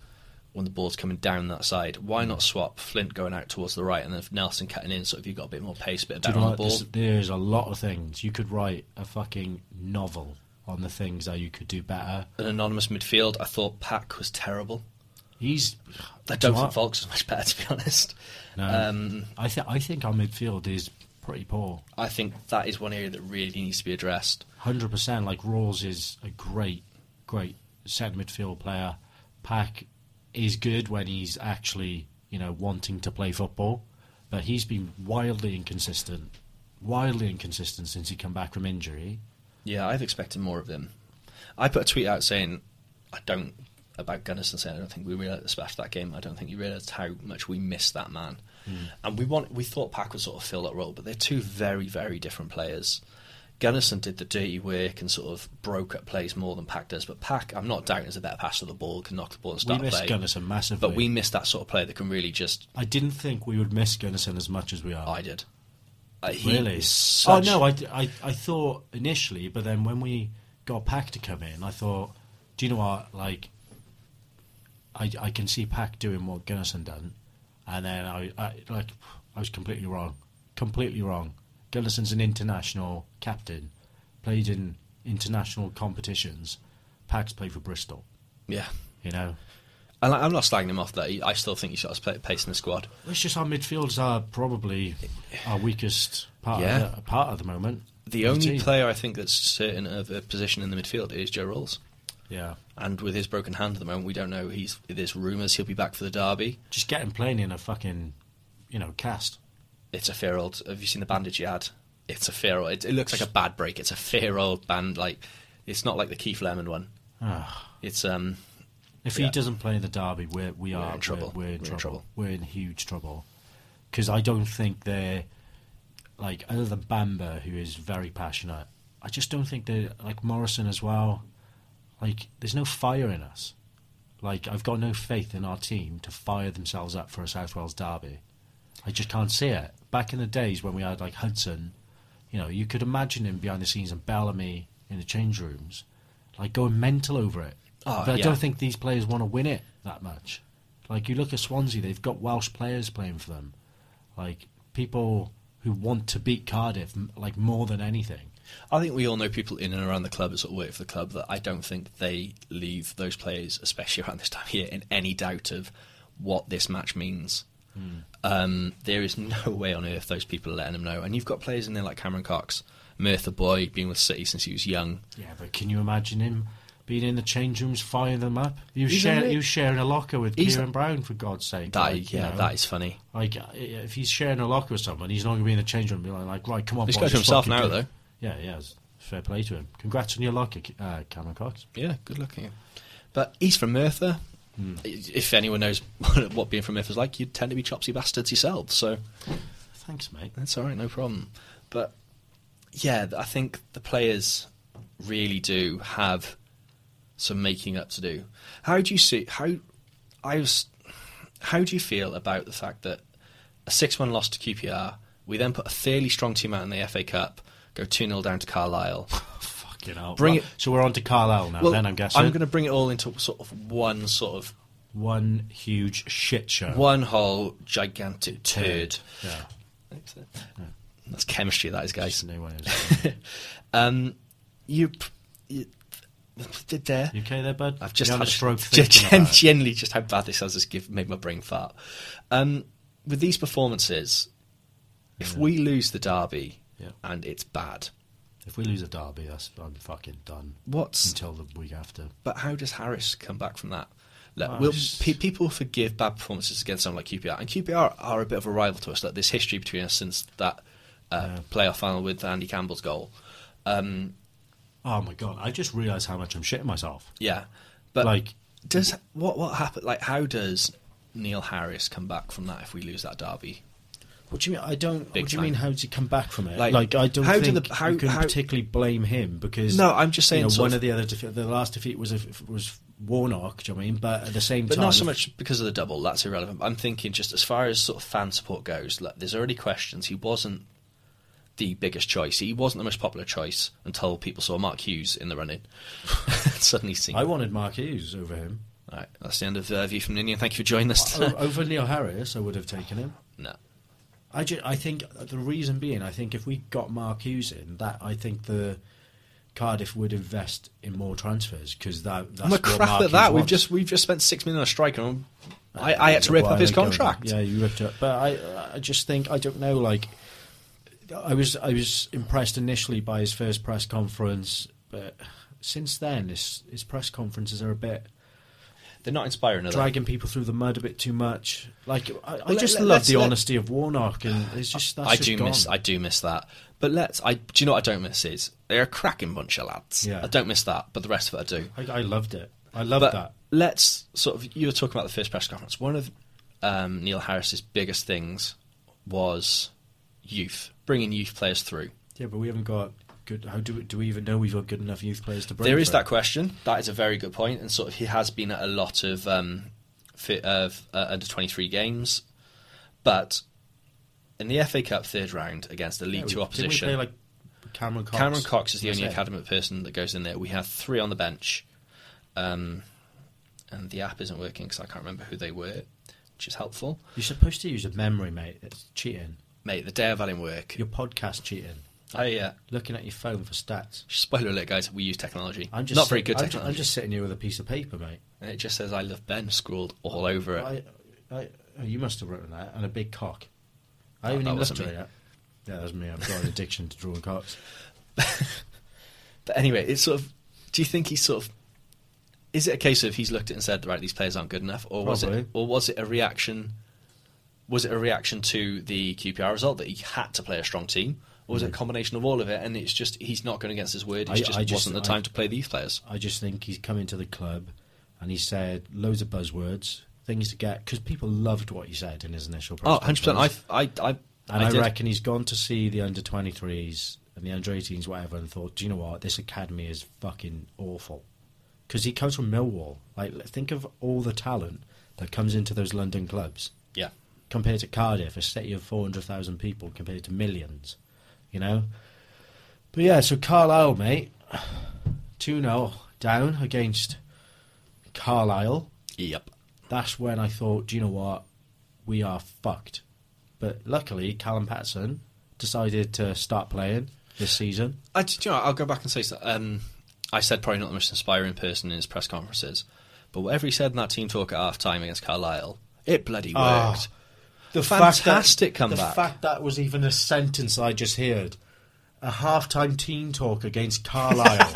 C: when the ball's coming down that side. Why not swap Flint going out towards the right and then Nelson cutting in? So if you've got a bit more pace, a bit
B: Do you
C: better
B: know
C: on the
B: what?
C: ball.
B: This- there's a lot of things you could write a fucking novel on the things that you could do better.
C: An anonymous midfield. I thought Pack was terrible.
B: He's.
C: I don't
B: Do you
C: think
B: know what?
C: Volks is much better, to be honest.
B: No.
C: um,
B: I think I think our midfield is pretty poor.
C: I think that is one area that really needs to be addressed.
B: Hundred percent. Like Rawls is a great, great centre midfield player. Pack is good when he's actually you know wanting to play football, but he's been wildly inconsistent, wildly inconsistent since he come back from injury.
C: Yeah, I've expected more of him. I put a tweet out saying I don't about Gunnison saying I don't think we realised especially that game. I don't think you realised how much we missed that man. And we want we thought Pack would sort of fill that role, but they're two very very different players. Gunnison did the dirty work and sort of broke up plays more than Pack does, but Pack I'm not doubting is a better passer of the ball, can knock the ball and start
B: we missed
C: play.
B: Gunnison massively,
C: But we missed that sort of player that can really just
B: I didn't think we would miss Gunnison as much as we are.
C: I did. Uh, he
B: Really?
C: is such-
B: Oh no, I, I, I thought initially, but then when we got Pack to come in, I thought, do you know what? Like, I I can see Pack doing what Gunnison done, and then I, I like I was completely wrong, completely wrong. Gunnison's an international captain, played in international competitions. Pack's played for Bristol,
C: yeah.
B: you know.
C: And I- I'm not slagging him off there. I still think he should have pla- pace in the squad.
B: It's just our midfields are probably our weakest part
C: Yeah.
B: of the, part at the moment.
C: The
B: of
C: only
B: team.
C: player I think that's certain of a position in the midfield is Joe Rolls.
B: yeah.
C: And with his broken hand at the moment, we don't know. He's there's rumours he'll be back for the derby.
B: Just get him playing in a fucking, you know, cast.
C: It's a fair old. Have you seen the bandage he had? It's a fair old. It, it looks like a bad break. It's a fair old band. Like it's not like the Keith Lemon one.
B: Ah.
C: It's um.
B: If
C: Yeah.
B: he doesn't play in the derby, we're, we are
C: in trouble.
B: We're, we're in
C: We're in
B: trouble.
C: trouble.
B: We're in huge trouble. Because I don't think they're, like, other than Bamber, who is very passionate, I just don't think they're, like, Morrison as well. Like, there's no fire in us. Like, I've got no faith in our team to fire themselves up for a South Wales derby. I just can't see it. Back in the days when we had, like, Hudson, you know, you could imagine him behind the scenes and Bellamy in the change rooms, like, going mental over it.
C: Oh,
B: but I
C: yeah.
B: don't think these players want to win it that much. Like, you look at Swansea, they've got Welsh players playing for them. Like, people who want to beat Cardiff, m- like, more than anything.
C: I think we all know people in and around the club that sort of work for the club that I don't think they leave those players, especially around this time of year, in any doubt of what this match means. Um, there is no way on earth those people are letting them know. And you've got players in there like Cameron Cox, Mirtha Boy, been with City since he was young.
B: Yeah, but can you imagine him being in the change rooms, firing them up? You
C: He's
B: share,
C: a li-
B: you sharing a locker with
C: He's-
B: Kieran Brown, for God's sake.
C: That
B: like, you
C: yeah,
B: know.
C: that is funny.
B: Like, uh, if he's sharing a locker with someone, he's not going to be in the change room and be like, like, right, come on,
C: He's got
B: boys,
C: to
B: let's
C: himself
B: fucking
C: now,
B: do it.
C: though.
B: Yeah, yeah, it's fair play to him. Congrats on your locker, K- uh, Cameron Cox.
C: Yeah, good looking. Hmm. But he's from Mirtha. If anyone knows what being from Mirtha's like, you tend to be chopsy bastards yourself. So
B: Thanks, mate.
C: That's all right, no problem. But yeah, th- I think the players really do have some making up to do. How do you see how I was how do you feel about the fact that a 6-1 loss to QPR, we then put a fairly strong team out in the FA Cup, go 2-0 down to Carlisle.
B: Fucking hell.
C: Bring
B: Well,
C: it-
B: So we're on to Carlisle now, then, I'm guessing.
C: I'm going to bring it all into sort of one sort of
B: One huge shit show.
C: one whole gigantic turd.
B: Yeah.
C: That's chemistry that is, guys.
B: Just no one is.
C: Um, you, p- you did there.
B: You okay there, bud?
C: I've just
B: You
C: had a
B: having a stroke
C: gen-
B: thinking about it?
C: genuinely just how bad this has just give, made my brain fart. Um, with these performances, if we lose the derby
B: Yeah.
C: and it's bad,
B: If we lose a derby, that's, I'm fucking done.
C: what's
B: Until the week after.
C: but how does Harris come back from that? Like,
B: Well,
C: will
B: it's-
C: pe- people forgive bad performances against someone like QPR? And QPR are a bit of a rival to us. Like, there's history between us since that uh, playoff final with Andy Campbell's goal. Um,
B: Oh my god! I just realised how much I'm shitting myself.
C: Yeah, but
B: Like-
C: does what what happened? Like, how does Neil Harris come back from that if we lose that derby?
B: What do you mean? I don't.
C: Big
B: what do
C: fan.
B: you mean? How does he come back from it?
C: Like,
B: Like, I don't
C: how do
B: think
C: the- how-
B: you can
C: how-
B: particularly blame him because
C: No, I'm just saying
B: you know,
C: sort
B: one
C: of-
B: of, the other defe- the last defeat was a, was Warnock. Do you know what I mean? But at the same
C: But
B: time,
C: not so much because of the double. That's irrelevant. I'm thinking just as far as sort of fan support goes. Like, there's already questions. He wasn't the biggest choice. He wasn't the most popular choice until people saw Mark Hughes in the running. Suddenly, seen.
B: I wanted Mark Hughes over him.
C: All right, that's the end of uh, View from Ninian. Thank you for joining us.
B: O- over Neil Harris, I would have taken him.
C: no.
B: I, ju- I think the reason being, I think if we got Mark Hughes in, that I think the Cardiff would invest in more transfers because that that's
C: I'm a
B: what
C: crap
B: Mark
C: at that.
B: Hughes
C: We've
B: wants.
C: just we've just spent six million on a striker. and I, I had to rip
B: Why
C: up his
B: they go there.
C: contract.
B: Yeah, you ripped it. up. But I, I just think I don't know. Like, I was I was impressed initially by his first press conference, but since then his his press conferences are a bit
C: They're not inspiring. Are they?
B: dragging people through the mud a bit too much. Like, I, I
C: let-
B: just
C: let-
B: love
C: let's
B: the
C: let-
B: honesty of Warnock, and it's just that's
C: I
B: just
C: do
B: gone.
C: miss I do miss that. But let's I do you know what I don't miss is they're a cracking bunch of lads.
B: Yeah.
C: I don't miss that, but the rest of it I do.
B: I, I loved it. I loved
C: but
B: that.
C: let's sort of you were talking about the first press conference. One of um, Neil Harris's biggest things was youth, bringing youth players through.
B: Yeah, but we haven't got good. How do we, do we even know we've got good enough youth players to bring?
C: There is
B: for
C: that
B: it?
C: question. That is a very good point, and sort of he has been at a lot of um, fit of uh, under twenty three games, but in the FA Cup third round against the League
B: Yeah, we-
C: Two
B: didn't we
C: opposition,
B: play, like Cameron Cox.
C: Cameron Cox is the
B: That's
C: only
B: it.
C: academy person that goes in there. We have three on the bench, um, and the app isn't working because I can't remember who they were, which is helpful.
B: You're supposed to use a memory, mate. It's cheating.
C: Mate, the day I've had him work.
B: Your podcast cheating.
C: Oh yeah.
B: Looking at your phone for stats.
C: Spoiler alert, guys. We use technology.
B: I'm just
C: not
B: sit-
C: very good
B: I'm, ju-
C: technology.
B: I'm just sitting here with a piece of paper, mate.
C: And it just says "I love Ben" scrawled all over it.
B: I, I, oh, you must have written that and a big cock. I
C: Oh,
B: haven't
C: that
B: even looked
C: wasn't
B: at
C: me.
B: it yet. Yeah, that was me. I've got an addiction to drawing cocks.
C: But anyway, it's sort of. Do you think he's sort of? Is it a case of he's looked at it and said, "Right, these players aren't good enough," or was it,
B: Probably.
C: or was it a reaction? Was it a reaction to the QPR result that he had to play a strong team, or was it a combination of all of it? And it's just he's not going against his word. It
B: Mm. I-
C: just,
B: I just-
C: wasn't the
B: I-
C: time to play these players.
B: I just think he's come into the club and he said loads of buzzwords, things to get because people loved what he said in his initial. press
C: Oh, 100 percent.
B: conference.
C: I, I, I,
B: And I,
C: did.
B: reckon he's gone to see the under 23s and the under 18s, whatever, and thought, do you know what? This academy is fucking awful. Because he comes from Millwall. Like, l- think of all the talent that comes into those London clubs
C: Yeah,
B: compared to Cardiff, a city of 400,000 people compared to millions, you know? But yeah, so Carlisle, mate, 2 0 down against Carlisle
C: yep.
B: that's when I thought, do you know what, we are fucked. But luckily, Callum Patterson decided to start playing this season.
C: I, do you know, what, I'll go back and say so- um, I said probably not the most inspiring person in his press conferences, but whatever he said in that team talk at half time against Carlisle, it bloody
B: Ah,
C: worked. the fantastic
B: fact that,
C: comeback.
B: The fact that was even a sentence I just heard. A half-time team talk against Carlisle.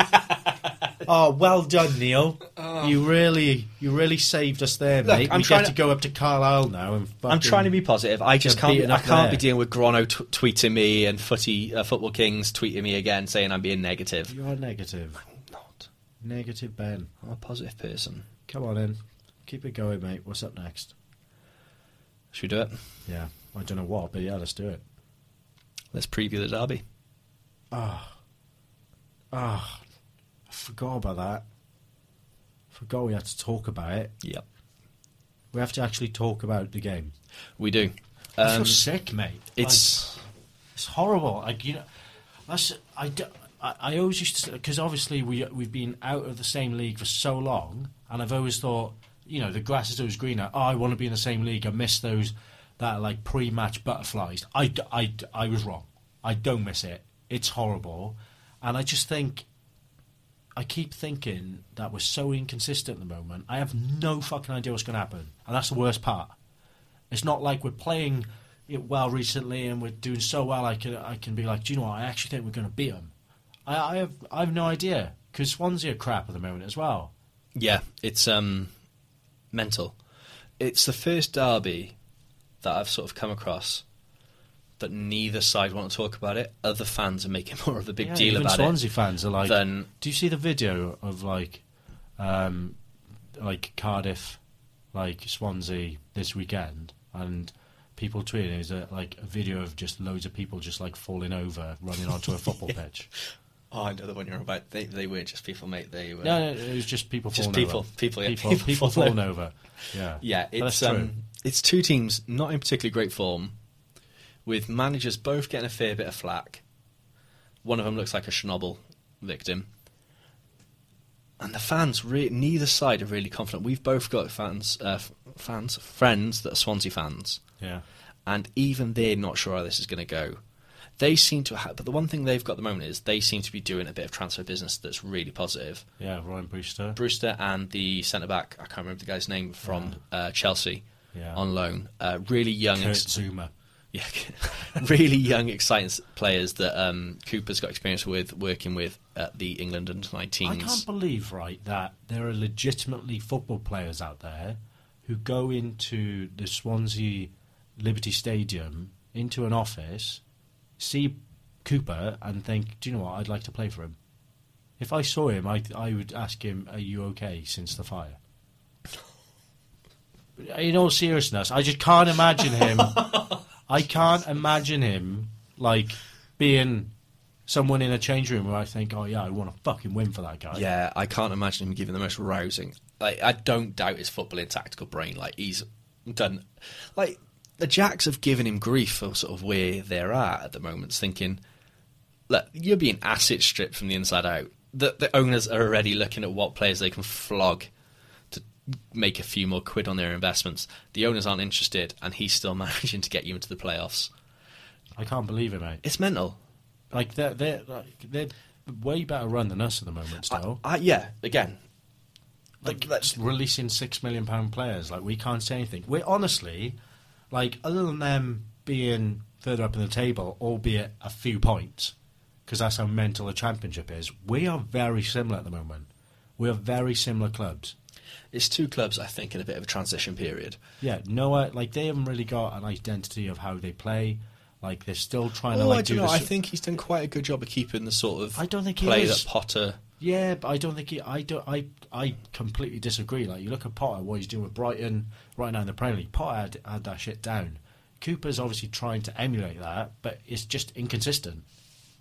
B: oh, well done, Neil. You really, you really saved us there,
C: Oh. Look,
B: mate.
C: I'm
B: we
C: trying
B: get to,
C: to-
B: go up to Carlisle now and.
C: I'm
B: fucking-
C: trying to be positive. I just
B: They're
C: can't. Be,
B: beating
C: I
B: up
C: can't
B: there.
C: be dealing with Grono t- tweeting me and Footy uh, Football Kings tweeting me again saying I'm being negative.
B: You are negative,
C: Not.
B: negative Ben.
C: I'm a positive person.
B: Come on in, keep it going, mate. What's up next?
C: Should we do it?
B: Yeah, I don't know what, but yeah, let's do it.
C: Let's preview the derby.
B: Ah, I forgot about that. Forgot we had to talk about it.
C: Yep,
B: We have to actually talk about the game.
C: we do.
B: I
C: Um,
B: feel sick, mate.
C: it's
B: Like, it's horrible. Like you know, that's I. d- I- I always used to because obviously we we've been out of the same league for so long, and I've always thought you know the grass is always greener. Oh, I want to be in the same league. I miss those that like pre-match butterflies. I, d- I, d- I was wrong. I don't miss it. It's horrible, and I just think I keep thinking that we're so inconsistent at the moment. I have no fucking idea what's going to happen, and that's the worst part. It's not like we're playing it well recently and we're doing so well. I can I can be like, do you know what? I actually think we're going to beat them. I, I have I have no idea because Swansea are crap at the moment as well.
C: Yeah, it's um, mental. It's the first derby that I've sort of come across that neither side want to talk about it. Other fans are making more of a big
B: Yeah,
C: deal
B: even
C: about
B: Swansea
C: it.
B: fans are like,
C: than-
B: do you see the video of like, um, like Cardiff, like Swansea this weekend, and people tweeting is a, like a video of just loads of people just like falling over, running onto a football pitch.
C: Oh, I know the one you're about. They, they were just people, mate. They were.
B: No, no, it was just people
C: Just
B: falling
C: people-
B: over.
C: people, yeah,
B: people,
C: people
B: people
C: falling
B: falling over. Yeah,
C: Yeah,
B: But
C: it's
B: that's true.
C: um, it's two teams not in particularly great form, with managers both getting a fair bit of flack. One of them looks like a Chernobyl victim, and the fans. Re- neither side are really confident. We've both got fans, uh, f- fans, friends that are Swansea fans,
B: yeah,
C: and even they're not sure how this is going to go. They seem to have, but the one thing they've got at the moment is they seem to be doing a bit of transfer business that's really positive.
B: yeah. Ryan Brewster.
C: Brewster and the centre back, I can't remember the guy's name from uh, Chelsea
B: Yeah.
C: on loan. Uh, really young,
B: Kurt
C: ex-
B: Zuma.
C: yeah, really young, exciting s- players that um, Cooper's got experience with working with at the England under
B: I can't
C: 19s.
B: believe, right, that there are legitimately football players out there who go into the Swansea Liberty Stadium, into an office, see Cooper, and think, do you know what, I'd like to play for him. If I saw him, I, I would ask him, are you okay since the fire? In all seriousness, I just can't imagine him. I can't imagine him, like, being someone in a change room where I think, oh, yeah, I want to fucking win for that guy.
C: Yeah, I can't imagine him giving the most rousing. Like, I don't doubt his footballing tactical brain. Like he's done. Like the Jacks have given him grief for sort of where they're at at the moment, thinking. look, you're being asset stripped from the inside out. The, the owners are already looking at what players they can flog to make a few more quid on their investments. The owners aren't interested, and he's still managing to get you into the playoffs.
B: I can't believe it, mate.
C: It's mental.
B: Like they're they're like, they're way better run than us at the moment. Still,
C: I, I, yeah, again.
B: like
C: Like, that's-
B: just releasing six million pound players. Like we can't say anything. We're honestly, like other than them being further up in the table, albeit a few points, because that's how mental a championship is. We are very similar at the moment. We are very similar clubs.
C: It's two clubs, I think, in a bit of a transition period.
B: Yeah, Noah, like they haven't really got an identity of how they play. Like they're still trying to
C: oh,
B: like
C: I don't
B: do
C: know.
B: this.
C: I think he's done quite a good job of keeping the sort of
B: I don't think he
C: play
B: is.
C: that Potter.
B: Yeah, but I don't think he. I don't. I I completely disagree. Like you look at Potter, what he's doing with Brighton right now in the Premier League. Potter had, had that shit down. Cooper's obviously trying to emulate that, but it's just inconsistent.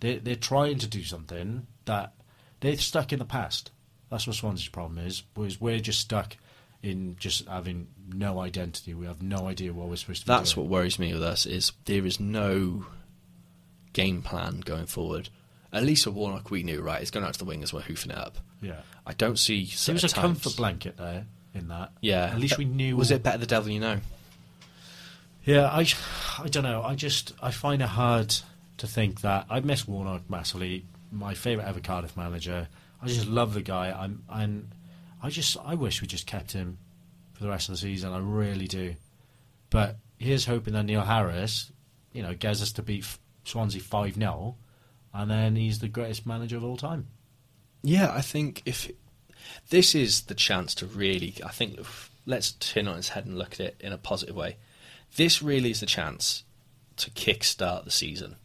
B: They they're trying to do something that they're stuck in the past. That's what Swansea's problem is. Was we're just stuck in just having no identity. We have no idea what we're supposed to. be
C: That's
B: doing.
C: what worries me with us is there is no game plan going forward. At least with Warnock, we knew right. It's going out to the wingers. We're hoofing it up.
B: Yeah,
C: I don't see.
B: there
C: certain
B: was a
C: times-
B: comfort blanket there in that.
C: Yeah,
B: at least we knew.
C: Was it better the devil you know?
B: Yeah, I, I don't know. I just I find it hard to think that I miss Warnock massively. My favourite ever Cardiff manager. I just love the guy. I'm and I just I wish we just kept him for the rest of the season. I really do. But here's hoping that Neil Harris, you know, gets us to beat F- Swansea five 0 and then he's the greatest manager of all time.
C: Yeah, I think if this is the chance to really, I think let's turn on its head and look at it in a positive way. This really is the chance to kickstart the season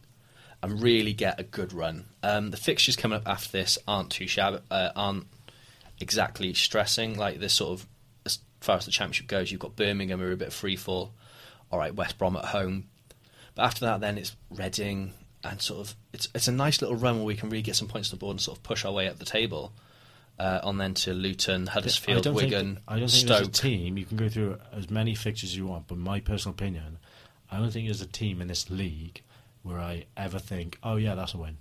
C: and really get a good run. Um, the fixtures coming up after this aren't too shab- uh, aren't exactly stressing. Like this sort of, as far as the championship goes, you've got Birmingham who are a bit of free fall. All right, West Brom at home, but after that, then it's Reading and sort of it's it's a nice little run where we can really get some points to the board and sort of push our way up the table. Uh, on then to Luton,
B: I
C: Huddersfield,
B: don't
C: Wigan,
B: Think, I don't
C: Stoke.
B: think there's a team you can go through as many fixtures as you want, but my personal opinion, I don't think there's a team in this league where I ever think, oh yeah, that's a win.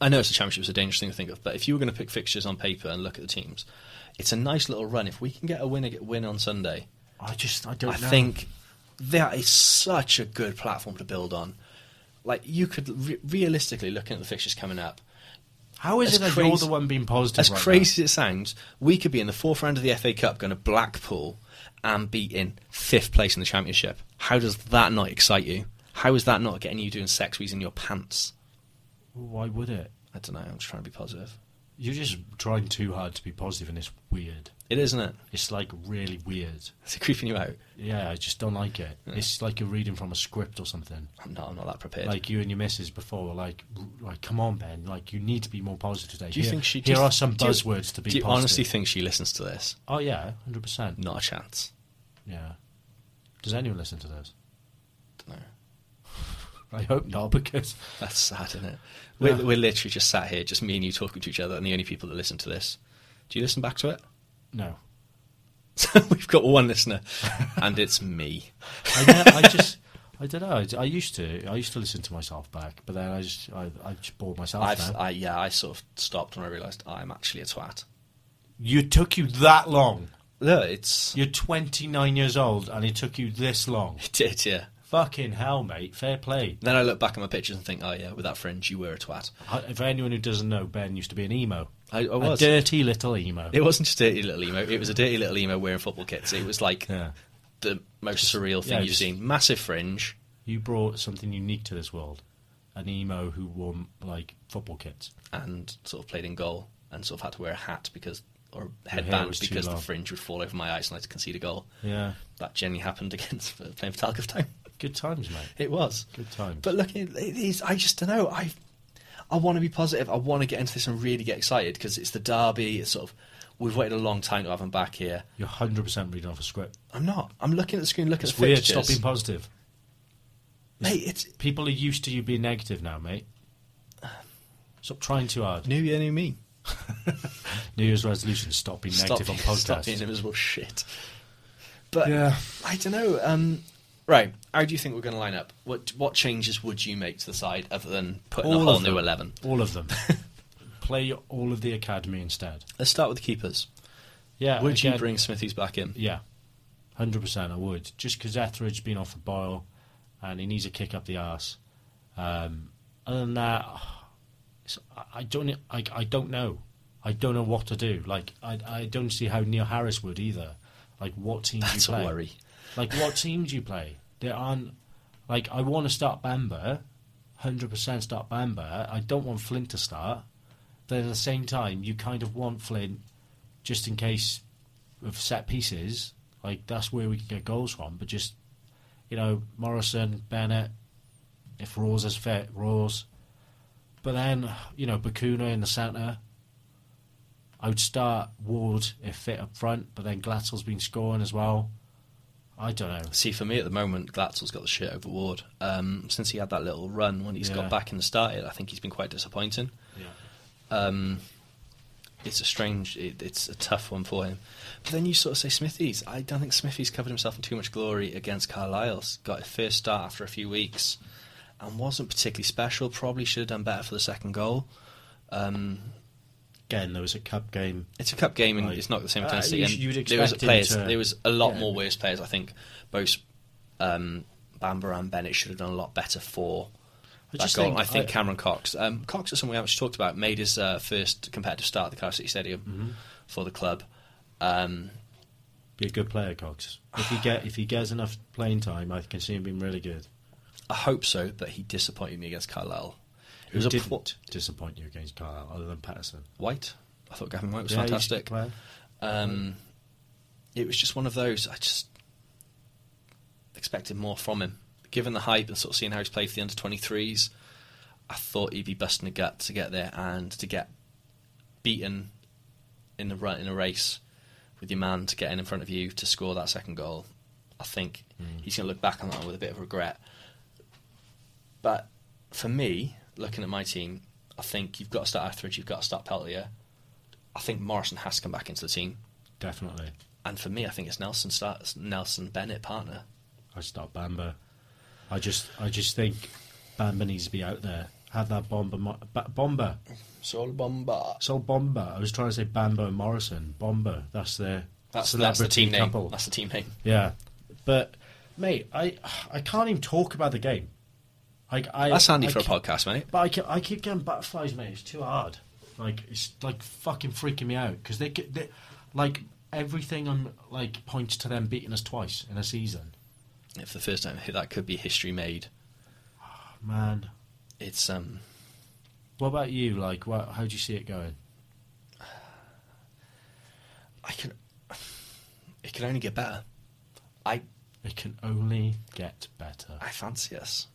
C: I know it's a championship, it's a dangerous thing to think of, but if you were going to pick fixtures on paper and look at the teams, it's a nice little run. If we can get a win, get win on Sunday,
B: I just I don't.
C: I
B: know.
C: think that is such a good platform to build on. Like you could re- realistically looking at the fixtures coming up.
B: how is
C: as
B: it that
C: crazy-
B: you're the one being positive?
C: As
B: right
C: crazy as it sounds, we could be in the fourth round of the FA Cup, going to Blackpool, and be in fifth place in the championship. How does that not excite you? How is that not getting you doing sex in your pants?
B: now? Why would it?
C: I don't know. I'm just trying to be positive.
B: You're just trying too hard to be positive, and it's weird.
C: It is, isn't it?
B: It's like really weird.
C: It's creeping you out.
B: Yeah, I just don't like it. It's like you're reading from a script or something.
C: I'm not. I'm not that prepared.
B: Like you and your missus before, were like, like come on, Ben, like you need to be more positive today.
C: do you
B: Here-
C: think she? do
B: Here
C: you-
B: are some
C: do you-
B: buzzwords to be.
C: Do you
B: positive.
C: honestly think she listens to this?
B: Oh yeah, hundred percent.
C: Not a chance.
B: Yeah. Does anyone listen to those?
C: No.
B: I hope not, because
C: That's sad, isn't it? We're, we're literally just sat here, just me and you talking to each other, and the only people that listen to this. Do you listen back to it?
B: no,
C: So we've got one listener, and it's me.
B: I, ne- I just I don't know. I, I used to I used to listen to myself back, but then I just I, I just bored myself.
C: I've,
B: now.
C: I, yeah, I sort of stopped when I realised I'm actually a twat.
B: you took you that long.
C: No, it's
B: You're 29 years old, and it took you this long.
C: it did, yeah.
B: Fucking hell, mate. Fair play.
C: Then I look back at my pictures and think, oh yeah, with that fringe, you were a twat.
B: I, for anyone who doesn't know, Ben used to be an emo.
C: I, I was.
B: A dirty little emo.
C: It wasn't just a dirty little emo. It was a dirty little emo wearing football kits. It was like
B: Yeah.
C: the most surreal thing
B: yeah,
C: you've
B: just-
C: seen. Massive fringe.
B: You brought something unique to this world. An emo who wore, like, football kits.
C: and sort of played in goal and sort of had to wear a hat because or a
B: hair
C: headband
B: was too
C: because the
B: long.
C: fringe would fall over my eyes and I'd concede a goal.
B: Yeah.
C: That generally happened against for playing for Talcott Town.
B: Good times, mate.
C: It was
B: Good times.
C: But look, it it is. I just don't know. I I want to be positive. I want to get into this and really get excited because it's the derby. It's sort of we've waited a long time to have him back here.
B: You're 100% reading off a script.
C: I'm not. I'm looking at the screen. Look at
B: It's
C: the
B: weird.
C: fixtures.
B: Stop being positive.
C: Mate, it's
B: People are used to you being negative now, mate. Stop trying too hard.
C: new year, new me.
B: New Year's resolution, stop being
C: Stop
B: negative on
C: being-
B: podcasts.
C: Stop being a miserable shit. But
B: Yeah.
C: I don't know. Um, right, how do you think we're going to line up? What what changes would you make to the side other than putting a
B: All
C: whole
B: of
C: new
B: them.
C: eleven?
B: All of them. Play all of the academy instead.
C: Let's start with the keepers.
B: Yeah.
C: would you
B: again-
C: bring Smithies back in?
B: Yeah, hundred percent. I would just because Etheridge's been off the boil, and he needs a kick up the arse. Um, other than that, it's- uh, I- I don't. I, I don't know. I don't know what to do. Like I, I don't see how Neil Harris would either. Like what team do you
C: That's a
B: play?
C: worry.
B: Like what team do you play? There aren't. Like I want to start Bamber, hundred percent start Bamber. I don't want Flint to start. Then at the same time, you kind of want Flint just in case of set pieces. Like that's where we can get goals from. But just you know, Morrison, Bennett, if Rawls is fit, Rawls. But then you know, Bakuna in the centre. I would start Ward if fit up front, but then Glatzel's been scoring as well. I don't know.
C: See, for me at the moment, Glatzel's got the shit over Ward. Um, since he had that little run when he's
B: Yeah.
C: got back and started, I think he's been quite disappointing.
B: Yeah.
C: Um, it's a strange, it, it's a tough one for him. But then you sort of say Smithies. I don't think Smithies covered himself in too much glory against Carlisle. Got a first start after a few weeks and wasn't particularly special. Probably should have done better for the second goal. Um,
B: Again, there was a cup game.
C: it's a cup game and
B: Right.
C: it's not the same
B: Uh,
C: intensity.
B: you-
C: and
B: you'd
C: there was
B: expect him
C: players,
B: to-
C: there was a lot
B: yeah.
C: more worse players. I think both um, Bamber and Bennett should have done a lot better for
B: I
C: that
B: just
C: goal.
B: think
C: I think
B: I-
C: Cameron Cox, um, Cox is someone we haven't talked about, made his uh, first competitive start at the Cardiff City Stadium
B: Mm-hmm.
C: for the club. Um,
B: Be a good player, Cox. If he get if he gets enough playing time, I can see him being really good.
C: I hope so, but he disappointed me against Carlisle. It
B: Who
C: was a
B: didn't
C: poor-
B: disappoint you against Carlisle, other than Patterson?
C: White. I thought Gavin White was
B: Yeah, he's a good
C: fantastic.
B: player.
C: Um, it was just one of those. I just expected more from him. Given the hype and sort of seeing how he's played for the under 23s, I thought he'd be busting a gut to get there and to get beaten in the run in a race with your man to get in in front of you to score that second goal. I think he's going to look back on that with a bit of regret. But for me, looking at my team, I think you've got to start Etheridge, you've got to start Peltier. I think Morrison has to come back into the team.
B: Definitely.
C: And for me, I think it's Nelson starts Nelson Bennett partner.
B: I start Bamba. I just I just think Bamba needs to be out there. Have that Bomber, Mo- ba- Bomber,
C: Sol Bomba.
B: Sol Bomber. I was trying to say Bamba and Morrison. Bomber. That's their
C: That's, that's
B: celebrity
C: the team name.
B: couple.
C: That's the team name.
B: Yeah, but mate, I I can't even talk about the game. I, I
C: That's handy
B: I
C: for a
B: ca-
C: podcast, mate.
B: But I, ca- I keep getting butterflies, mate. It's too hard. Like it's like fucking freaking me out because they, ca- they like everything. I'm like points to them beating us twice in a season.
C: If the first time that could be history made,
B: Oh, Man,
C: it's um.
B: what about you? Like, what, how do you see it going?
C: I can. It can only get better. I
B: It can only get better.
C: I fancy us.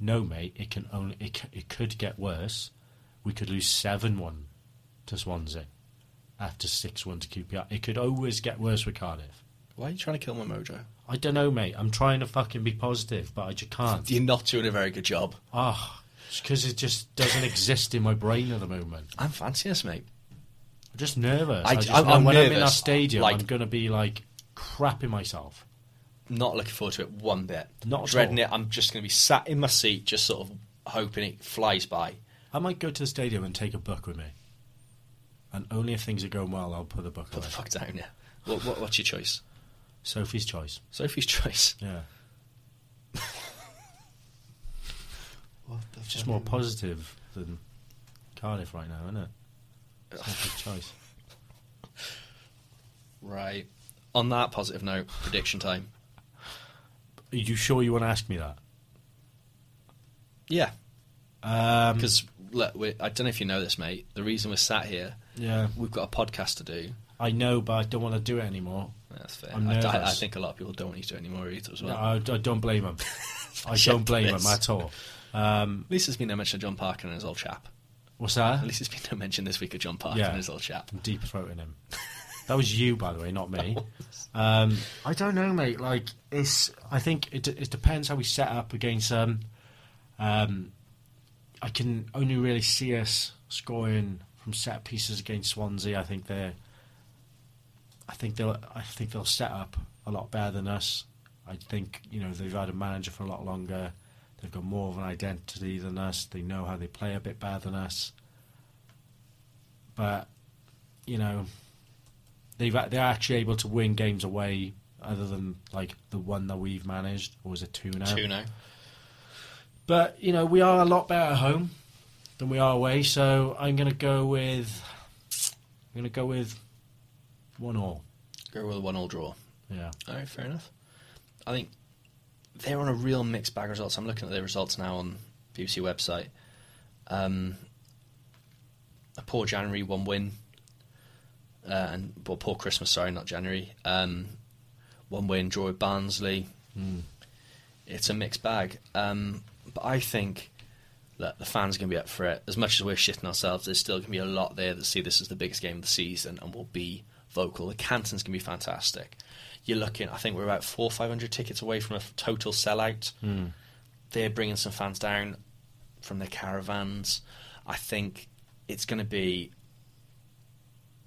B: No, mate. It can only it, c- it could get worse. We could lose seven one to Swansea after six one to QPR. It could always get worse with Cardiff.
C: Why are you trying to kill my mojo?
B: I don't know, mate. I'm trying to fucking be positive, but I just can't.
C: You're not doing a very good job.
B: Ah, because it just doesn't exist in my brain at the moment.
C: I'm fancying this, mate.
B: I'm just nervous.
C: I-
B: I, just
C: I'm-
B: know
C: I'm
B: when I'm in that
C: nervous,
B: stadium,
C: like-
B: I'm gonna be like crapping myself.
C: Not looking forward to it one bit.
B: Not at
C: dreading
B: all.
C: it. I'm just going to be sat in my seat, just sort of hoping it flies by.
B: I might go to the stadium and take a book with me, and only if things are going well, I'll put the book
C: Put
B: away.
C: the fuck down yeah. What, what, what's your choice?
B: Sophie's choice.
C: Sophie's choice.
B: Yeah,
C: What the
B: just more positive than Cardiff right now, isn't it? Sophie's choice.
C: Right. On that positive note, prediction time.
B: Are you sure you want to ask me that?
C: Yeah,
B: Um,
C: because look, we I don't know if you know this, mate. The reason we're sat here,
B: yeah,
C: we've got a podcast to do.
B: I know, but I don't want to do it anymore.
C: That's fair.
B: I'm
C: I, I, I
B: nervous.
C: think a lot of people don't want you to do it anymore either as well.
B: No, I, I don't blame him. I
C: Shit,
B: don't blame
C: Liz.
B: him at all. Um,
C: At least there's been no mention of John Parker and his old chap.
B: what's that?
C: At least there's been no mention this week of John Parker
B: Yeah.
C: and his old chap.
B: I'm deep throating him. That was you, by the way, not me. Um, I don't know, mate. Like it's, I think it, it depends how we set up against them. Um, I can only really see us scoring from set pieces against Swansea. I think they're, I think they'll, I think they'll set up a lot better than us. I think you know they've had a manager for a lot longer. They've got more of an identity than us. They know how they play a bit better than us. But you know, they've a- they're actually able to win games away, other than like the one that we've managed, or was it two now?
C: Two now.
B: But you know, we are a lot better at home than we are away. So I'm going to go with I'm going to go with one all.
C: Go with a one all draw.
B: Yeah,
C: All right, fair enough. I think they're on a real mixed bag of results. I'm looking at their results now on BBC website. Um, a poor January, one win, uh, and well, poor Christmas. Sorry, not January. Um, one win, draw with Barnsley. It's a mixed bag, um, but I think that the fans are going to be up for it. As much as we're shitting ourselves, there's still going to be a lot there that see this as the biggest game of the season and will be vocal. The Canton's going to be fantastic. You're looking, I think we're about four, five hundred tickets away from a f- total sellout.
B: Hmm.
C: They're bringing some fans down from their caravans. I think it's going to be.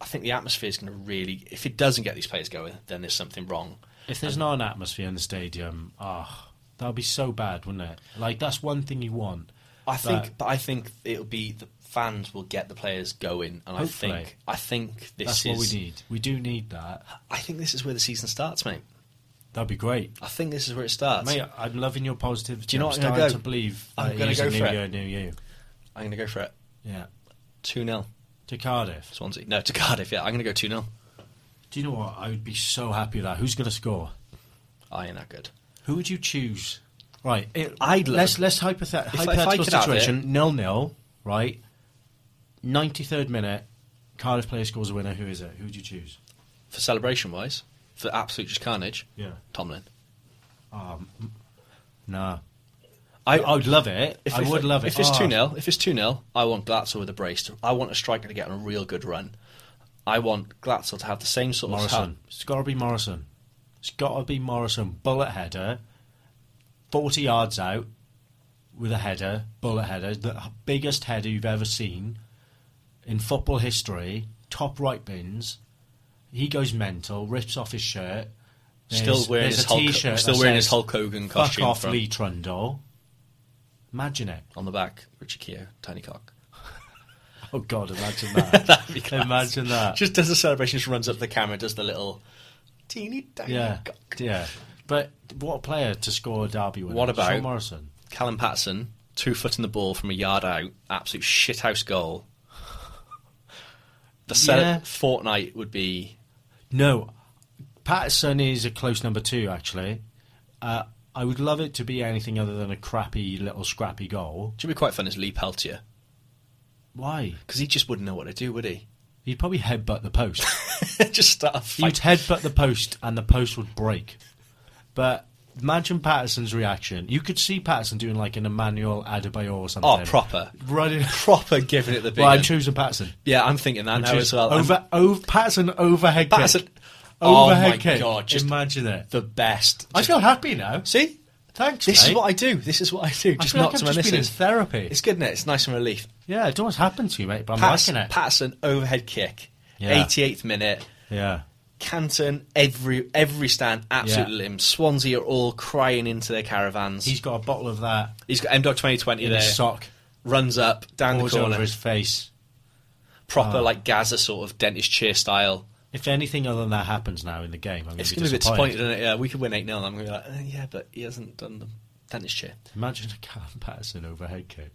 C: I think the atmosphere is going to really. If it doesn't get these players going, then there's something wrong.
B: if there's not an atmosphere in the stadium, ah, that would be so bad, wouldn't it? Like that's one thing you want.
C: I think,
B: But-
C: but I think it'll be the fans will get the players going, and
B: Hopefully.
C: I think I think this
B: That's
C: is.
B: what we need. We do need that.
C: I think this is where the season starts, mate.
B: That'd be great.
C: I think this is where it starts.
B: Mate, I'm loving your positivity.
C: Do you know
B: I'm
C: what I'm gonna
B: starting
C: go?
B: to believe
C: I'm
B: that it
C: gonna
B: is
C: go
B: a new
C: for it.
B: year, new you.
C: I'm going to go for it.
B: Yeah.
C: Two 0
B: To Cardiff.
C: Swansea. No, to Cardiff. Yeah, I'm going to go two 0
B: Do you know what? I would be so happy with that. Who's going to score?
C: I ain't that good.
B: Who would you choose? Right. It,
C: I'd love-
B: let's let's hypothet-
C: If I- if I
B: hypothetical
C: could have it-
B: situation. Nil nil. Right. Ninety third minute. Cardiff player scores a winner. Who is it? Who would you choose?
C: For celebration wise, for absolute just carnage.
B: Yeah.
C: Tomlin.
B: Nah.
C: I,
B: I would love it.
C: If,
B: I
C: if-
B: would love it.
C: If it's
B: Ah.
C: two 0 if it's two 0 I want Glatzel with a brace. To, I want a striker to get on a real good run. I want Glatzel to have the same sort of
B: Morrison. It's got to be Morrison. It's got to be Morrison. Bullet header, forty yards out, with a header, bullet header, the h- biggest header you've ever seen in football history. Top right bins. He goes mental, rips off his shirt.
C: Still wearing his
B: a
C: Hulk-
B: t-shirt
C: still
B: that
C: wearing
B: says,
C: his Hulk Hogan costume
B: Fuck off,
C: from-
B: Lee Trundle. Imagine it.
C: on the back. Richie Keogh, tiny cock.
B: Oh God, imagine that.
C: That'd be class.
B: imagine that.
C: Just does the celebration, just runs up the camera, does the little teeny tiny
B: yeah,
C: cock.
B: yeah. But what a player to score a derby winner.
C: What about-
B: Sean Morrison?
C: Callum Patterson, two foot in the ball from a yard out, absolute shithouse goal. The set
B: Yeah.
C: fortnight would be
B: No, Patterson is a close number two. Actually, uh, I would love it to be anything other than a crappy little scrappy goal.
C: should be quite fun. Is Lee Peltier
B: Why?
C: because he just wouldn't know what to do, would he?
B: He'd probably headbutt the post.
C: just start a
B: He'd
C: fight.
B: headbutt the post, and the post would break. But imagine Patterson's reaction. You could see Patterson doing like an Emmanuel Adebayor or something.
C: Oh, proper,
B: running.
C: proper giving it the big.
B: Well, I'm
C: end.
B: choosing Patterson.
C: yeah, I'm thinking that
B: I'm
C: now
B: choosing-
C: as well. I'm-
B: Over, over Patterson overhead kick.
C: Patterson, Oh my
B: Overhead kick.
C: God, just-
B: Imagine it.
C: The best.
B: I feel happy now.
C: See,
B: Thanks,
C: this
B: mate.
C: is what I do. This is what I do.
B: I
C: Just
B: feel
C: not
B: like
C: to
B: I've
C: reminisce.
B: just been in therapy.
C: It's good, is It's nice and relief.
B: yeah, it almost happened to you, mate, but I'm
C: Pats,
B: liking it.
C: Patterson overhead kick,
B: Yeah.
C: 88th minute.
B: yeah.
C: Canton every every stand absolute
B: Yeah.
C: limb. Swansea are all crying into their caravans.
B: He's got a bottle of that
C: he's got M Dog 2020
B: in
C: there.
B: his sock,
C: runs up down the
B: pours
C: corner,
B: over his face.
C: proper like Gaza sort of dentist cheer style.
B: If anything other than that happens now in the game, I'm going
C: It's
B: to
C: going to be disappointed, isn't it? Yeah, we could win 8 0, and I'm going to be like, eh, yeah, but he hasn't done the dentist cheer.
B: Imagine a Callum Patterson overhead kick.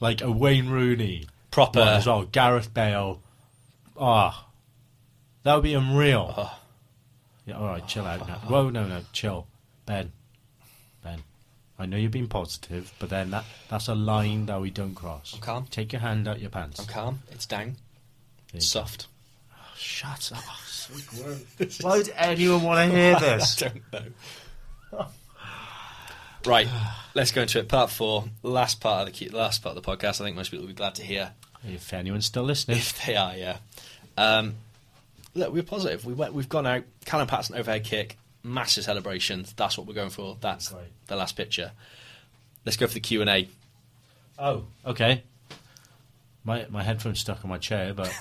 B: Like a Wayne Rooney.
C: Proper.
B: one as well. Gareth Bale. Ah. that would be unreal.
C: Oh.
B: Yeah, all right, chill out now. Whoa, no, no, chill. Ben. Ben. I know you've been positive, but then that that's a line that we don't cross.
C: I'm calm.
B: Take your hand out your pants.
C: I'm calm, it's down,
B: There you
C: it's
B: go.
C: soft.
B: Shut up. Why would anyone want to hear this?
C: I don't know. right, let's go into it. Part four, last part of the key, last part of the podcast. I think most people will be glad to hear
B: if anyone's still listening.
C: if they are. Yeah. Um, look, we're positive. We went, we've gone out. Callum Patterson overhead kick, massive celebrations. That's what we're going for. That's
B: Right.
C: the last picture. Let's go for the Q and A.
B: Oh, okay. My my headphone's stuck on my chair, but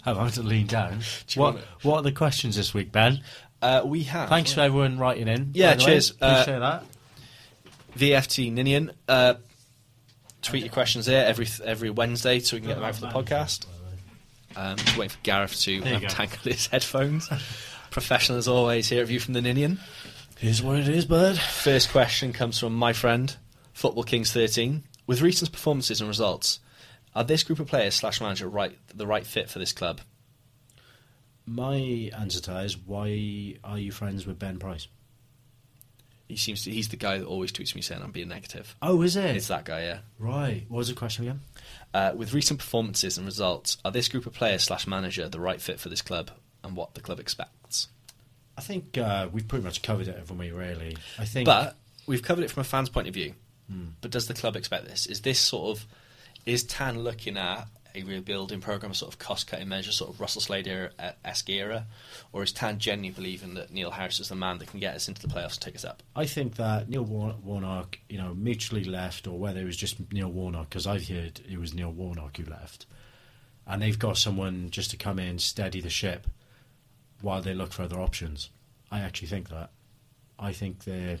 B: I'm having to lean down.
C: Do you
B: What
C: want
B: what are the questions this week, Ben?
C: Uh, we have
B: Thanks for everyone writing in. by
C: Yeah,
B: the way.
C: cheers. Uh,
B: Appreciate that.
C: VFT Ninian. Uh, tweet your questions there every every Wednesday so we can get them out for the podcast. Um, just waiting for Gareth to
B: There you go.
C: untangle his headphones. Professional as always. Here, review from the Ninian.
B: Here's what it is, bud.
C: First question comes from my friend, Football Kings thirteen. With recent performances and results, are this group of players slash manager right the right fit for this club?
B: My answer to that is why are you friends with Ben Price?
C: He seems to, he's the guy that always tweets me saying I'm being negative.
B: Oh, is it?
C: It's that guy, yeah.
B: Right. What was the question again?
C: Uh, with recent performances and results, are this group of players slash manager the right fit for this club and what the club expects?
B: I think uh, we've pretty much covered it, haven't we? Really. I think.
C: But we've covered it from a fan's point of view. But does the club expect this? Is this sort of is Tan looking at a rebuilding program, a sort of cost cutting measure, sort of Russell Slade era- esque era, or is Tan genuinely believing that Neil Harris is the man that can get us into the playoffs and take us up?
B: I think that Neil War- Warnock, you know, mutually left, or whether it was just Neil Warnock, because I've heard it was Neil Warnock who left, and they've got someone just to come in, steady the ship, while they look for other options. I actually think that. I think they're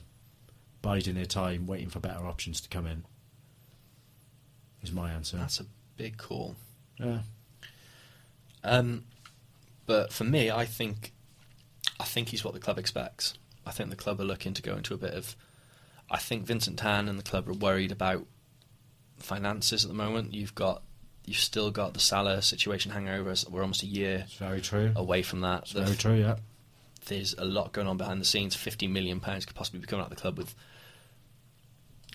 B: biding their time, waiting for better options to come in. Is my answer.
C: That's a big call.
B: yeah.
C: Um, but for me, I think I think he's what the club expects. I think the club are looking to go into a bit of. I think Vincent Tan and the club are worried about finances at the moment. You've got you've still got the Salah situation hangover. So We're almost a year
B: It's very true.
C: away from that.
B: It's
C: The-
B: very true. Yeah.
C: There's a lot going on behind the scenes. Fifty million pounds could possibly be coming out of the club with.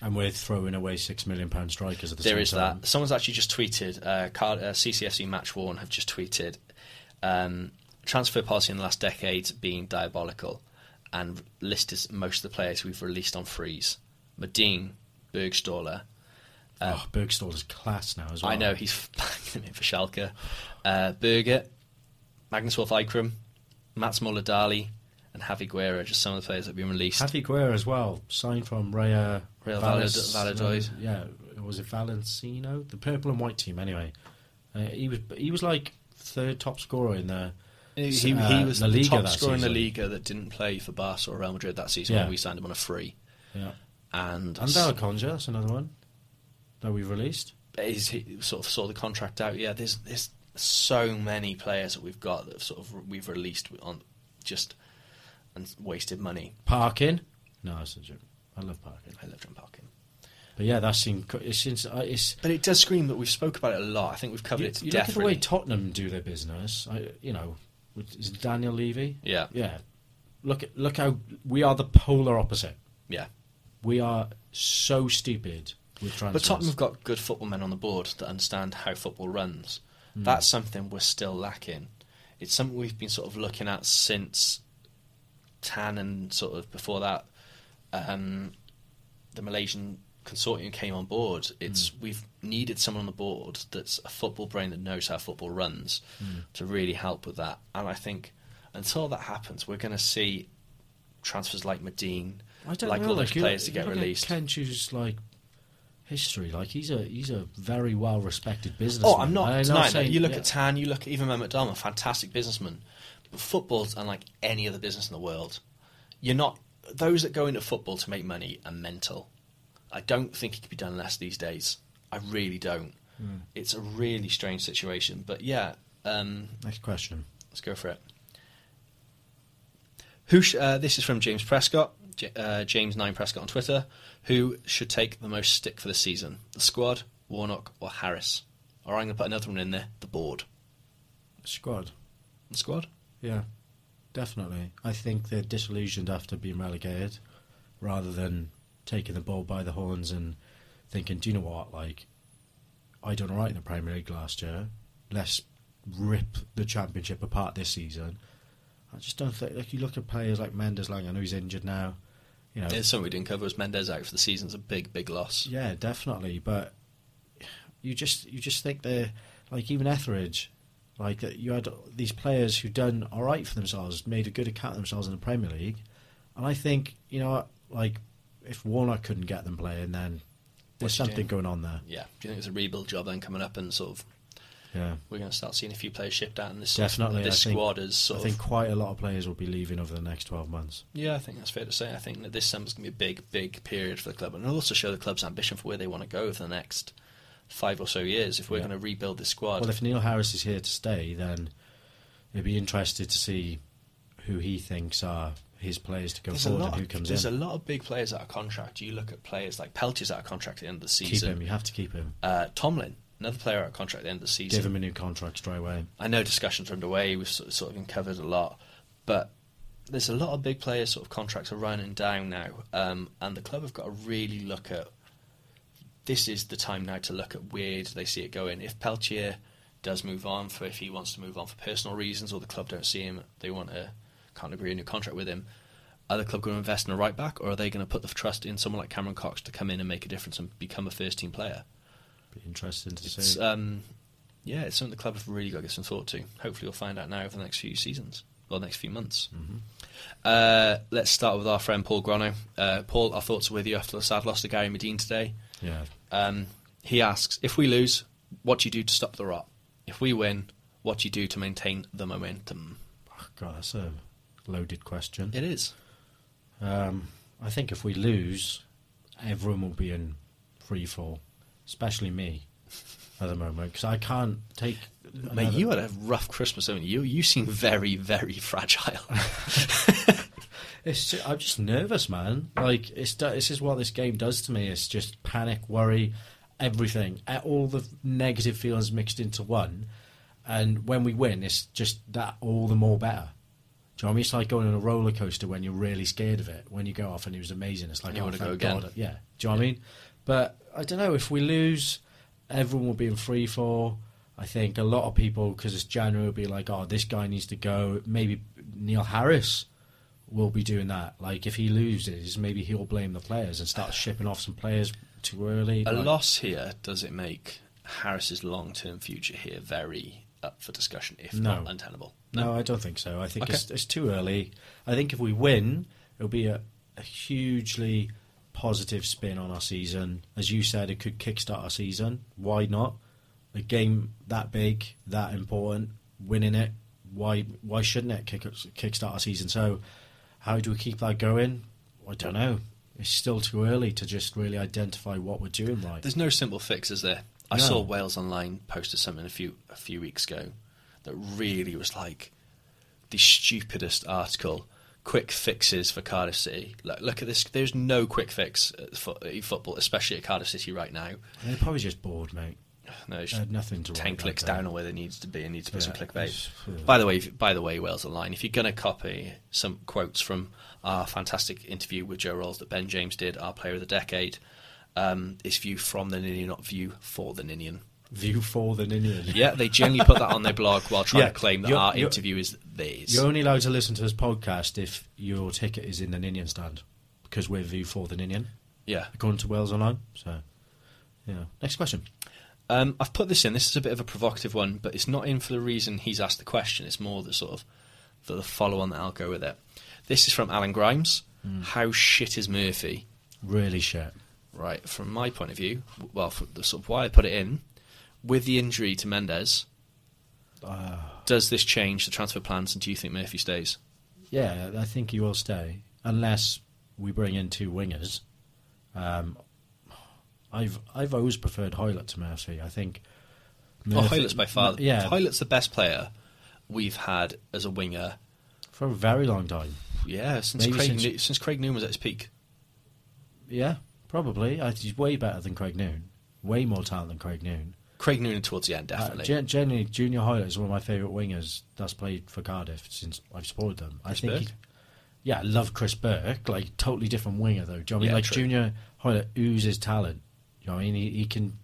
B: And we're throwing away six million pound strikers at the
C: There
B: same
C: is
B: time.
C: that. Someone's actually just tweeted. Uh, Card- uh, CCFC Match Worn have just tweeted um, transfer policy in the last decade being diabolical, and listed most of the players we've released on freeze. Madine, Bergstaller.
B: oh, Bergstall is class now as well.
C: uh, I know he's banging him in for Schalke. Uh, Berger, Magnus Wolf Ikram, Mats Muller Dali, and Javi Guerra. Just some of the players that have been released.
B: Javi Guerra as well, signed from Raya
C: Real
B: Valles-
C: Valid- Valladolid.
B: Yeah, was it Valencino? The purple and white team, anyway. Uh, he was he was like third top scorer in the.
C: He,
B: s-
C: he,
B: uh,
C: was
B: La
C: the
B: Liga
C: top
B: that
C: scorer in the
B: season.
C: Liga that didn't play for Barca or Real Madrid that season
B: Yeah.
C: when we signed him on a free.
B: Yeah,
C: And
B: and Conja, that's another one that we've released.
C: is he sort of saw the contract out. Yeah, there's there's so many players that we've got that have sort of we've released on just and wasted money.
B: Parkin, no, that's a joke. I love Parkin,
C: I love John Parkin,
B: but yeah, that's in. It's, it's, it's
C: but it does scream that we've spoke about it a lot. I think we've covered
B: you,
C: it to
B: you
C: death.
B: look at the way
C: really.
B: Tottenham do their business. I, you know, with- is it Daniel Levy?
C: Yeah.
B: yeah. Look at look how we are the polar opposite.
C: yeah,
B: We are so stupid with transfers.
C: but Tottenham have got good football men on the board that understand how football runs.
E: Hmm.
C: That's something we're still lacking. It's something we've been sort of looking at since Tan and sort of before that, um, the Malaysian consortium came on board. It's
E: Hmm.
C: we've needed someone on the
E: Hmm.
C: board that's a football brain that knows how football runs to really help with that. And I think Until that happens, we're going to see transfers like Medine,
E: I don't
C: like
E: know.
C: all those
E: like, you
C: players
E: look-
C: to
E: you
C: get
E: look at
C: released.
E: Kenchu's like history. Like he's a he's a very well respected businessman.
C: Oh, I'm not
E: And I know
C: denying that.
E: saying-
C: You look
E: yeah.
C: at Tan, you look at even Mehmet Dalma, fantastic businessman. But football's unlike any other business in the world. You're not those that go into football to make money are mental. I don't think it can be done less these days. I really don't.
E: Hmm.
C: It's a really strange situation. But yeah, um,
B: Next question.
C: Let's go for it. Who? Sh- uh, this is from James Prescott, J- uh, James Nine Prescott on Twitter. Who should take the most stick for the season? The squad, Warnock, or Harris? Or I'm going to put another one in there: the board.
B: Squad.
C: The squad.
B: Yeah, definitely. I think they're disillusioned after being relegated, rather than taking the ball by the horns and thinking, "Do you know what? Like, I done all right in the Premier League last year. Let's rip the Championship apart this season." I just don't think. Like, you look at players like Mendes Lang. I know he's injured now. You know,
C: There's something we didn't cover was Mendes out for the season. It's a big, big loss.
B: Oh. yeah, definitely. But you just you just think they're like even Etheridge, like uh, you had these players who done all right for themselves, made a good account of themselves in the Premier League, and I think you know like if Warnock couldn't get them playing, then there's
C: you
B: something
C: doing?
B: going on there.
C: Yeah. Do you think it's a rebuild job then coming up and sort of
B: Yeah,
C: we're going to start seeing a few players shipped out and this
B: definitely.
C: this
B: I think,
C: squad is sort
B: I
C: of
B: think quite a lot of players will be leaving over the next twelve months.
C: Yeah, I think that's fair to say. I think that this summer's going to be a big, big period for the club, and it'll also show the club's ambition for where they want to go for the next five or so years. If we're
B: Yeah.
C: going to rebuild this squad,
B: Well, if Neil Harris is here to stay, then it'd be interested to see who he thinks are his players to go
C: there's a
B: forward
C: lot.
B: and who
C: of-
B: comes
C: there's
B: in.
C: a lot of big players out of contract. You look at players like Peltier's out of contract at the end of the
B: keep him.
C: season.
B: You have to keep him.
C: Uh, Tomlin, another player out of contract at the end of the season.
B: Give him a new contract straight away.
C: I know discussions are underway. We've sort of, sort of been covered a lot, but there's a lot of big players. Sort of contracts are running down now, um, and the club have got to really look at. This is the time now to look at where do they see it going. If Peltier does move on, for if he wants to move on for personal reasons, or the club don't see him, they want to can't agree a new contract with him. Are the club going to invest in a right back, or are they going to put the trust in someone like Cameron Cox to come in and make a difference and become a first team player?
B: Be interesting to
C: It's,
B: see.
C: um, yeah, it's something the club have really got to give some thought to. Hopefully, we'll find out now over the next few seasons or the next few months. Uh, let's start with our friend Paul Grono. Uh, Paul, our thoughts are with you after the sad loss to Gary Medine today.
B: yeah,
C: Um, he asks if we lose, what do you do to stop the rot? If we win, what do you do to maintain the momentum?
B: Oh, God, that's a loaded question.
C: It is.
B: Um, I think if we lose, everyone will be in free fall, especially me at the moment because I can't take.
C: Mate,
B: another-
C: you had a rough Christmas, haven't you? You seem very, very fragile.
B: It's ju- I'm just nervous, man. Like it's do- this is what this game does to me. It's just panic, worry, everything, A- all the negative feelings mixed into one. And when we win, it's just that all the more better. Do you know what I mean? It's like going on a roller coaster when you're really scared of it. When you go off and it was amazing, it's like
C: You
B: oh,
C: wanna go
B: thank
C: again.
B: God. Yeah. Do you know what I mean? But I don't know if we lose, everyone will be in free fall. I think a lot of people, because it's January, will be like, "Oh, this guy needs to go." Maybe Neil Harris will be doing that. Like if he loses, maybe he'll blame the players and start shipping off some players too early.
C: A
B: Like,
C: loss here does it make Harris's long-term future here very up for discussion, if
B: No.
C: not untenable?
B: No, I don't think so. I think
C: Okay.
B: it's, it's too early. I think if we win, it'll be a, a hugely positive spin on our season. As you said, it could kickstart our season. Why not? A game that big, that important, winning it. Why? Why shouldn't it kick kickstart our season? So, how do we keep that going? I don't know. It's still too early to just really identify what we're doing right.
C: There's no simple fix, is there? I
B: No.
C: saw Wales Online posted something a few a few weeks ago that really was like the stupidest article. Quick fixes for Cardiff City. Look, look at this. There's no quick fix uh, for uh, football, especially at Cardiff City right now.
B: They're probably just bored, mate.
C: No, it's
B: They had nothing to
C: ten
B: write
C: clicks
B: about
C: down or where they needs to be and need to put some
B: Yeah, it's-
C: clickbait. By the way, if- by the way, Wales Online, if you're going to copy some quotes from our fantastic interview with Joe Rolls that Ben James did, our Player of the Decade, um, it's view from the Ninian, not view for the Ninian.
B: View for the Ninian.
C: Yeah, they generally put that on their blog while trying
B: Yeah,
C: to claim that
B: you're-
C: our
B: you're-
C: interview is theirs.
B: You're only allowed to listen to this podcast if your ticket is in the Ninian stand because we're view for the Ninian,
C: Yeah.
B: according to Wales Online. So, yeah. Next question.
C: Um, I've put this in. This is a bit of a provocative one, but it's not in for the reason he's asked the question. It's more the sort of that the follow on that'll go with it. This is from Alan Grimes.
B: Hmm.
C: How shit is Murphy?
F: Really shit.
C: Right, from my point of view, w- well, from the sort of why I put it in, with the injury to Mendes,
B: Ah.
C: does this change the transfer plans? And do you think Murphy stays?
B: Yeah, I think he will stay unless we bring in two wingers. Um, I've I've always preferred Hoylett to Murphy. I think.
C: Well, Oh, Hoylett's by far,
B: Yeah,
C: Hoylett's the best player we've had as a winger.
B: for a very long time.
C: Yeah, since
B: Maybe
C: Craig
B: since-
C: Nu- since Craig Noon was at his peak.
B: Yeah, probably. I, he's way better than Craig Noon. Way more talent than Craig Noon.
C: Craig Noonan towards the end,
B: Uh,
C: definitely.
B: gen- generally, Junior Hoylett is one of my favourite wingers that's played for Cardiff since I've supported them. I
C: Chris
B: think, he-
C: Burke?
B: yeah, I love Chris Burke. Like totally different winger though. Do you know what I mean?
C: Yeah,
B: like
C: true.
B: Junior Hoylett oozes talent. You know what I mean? He, he can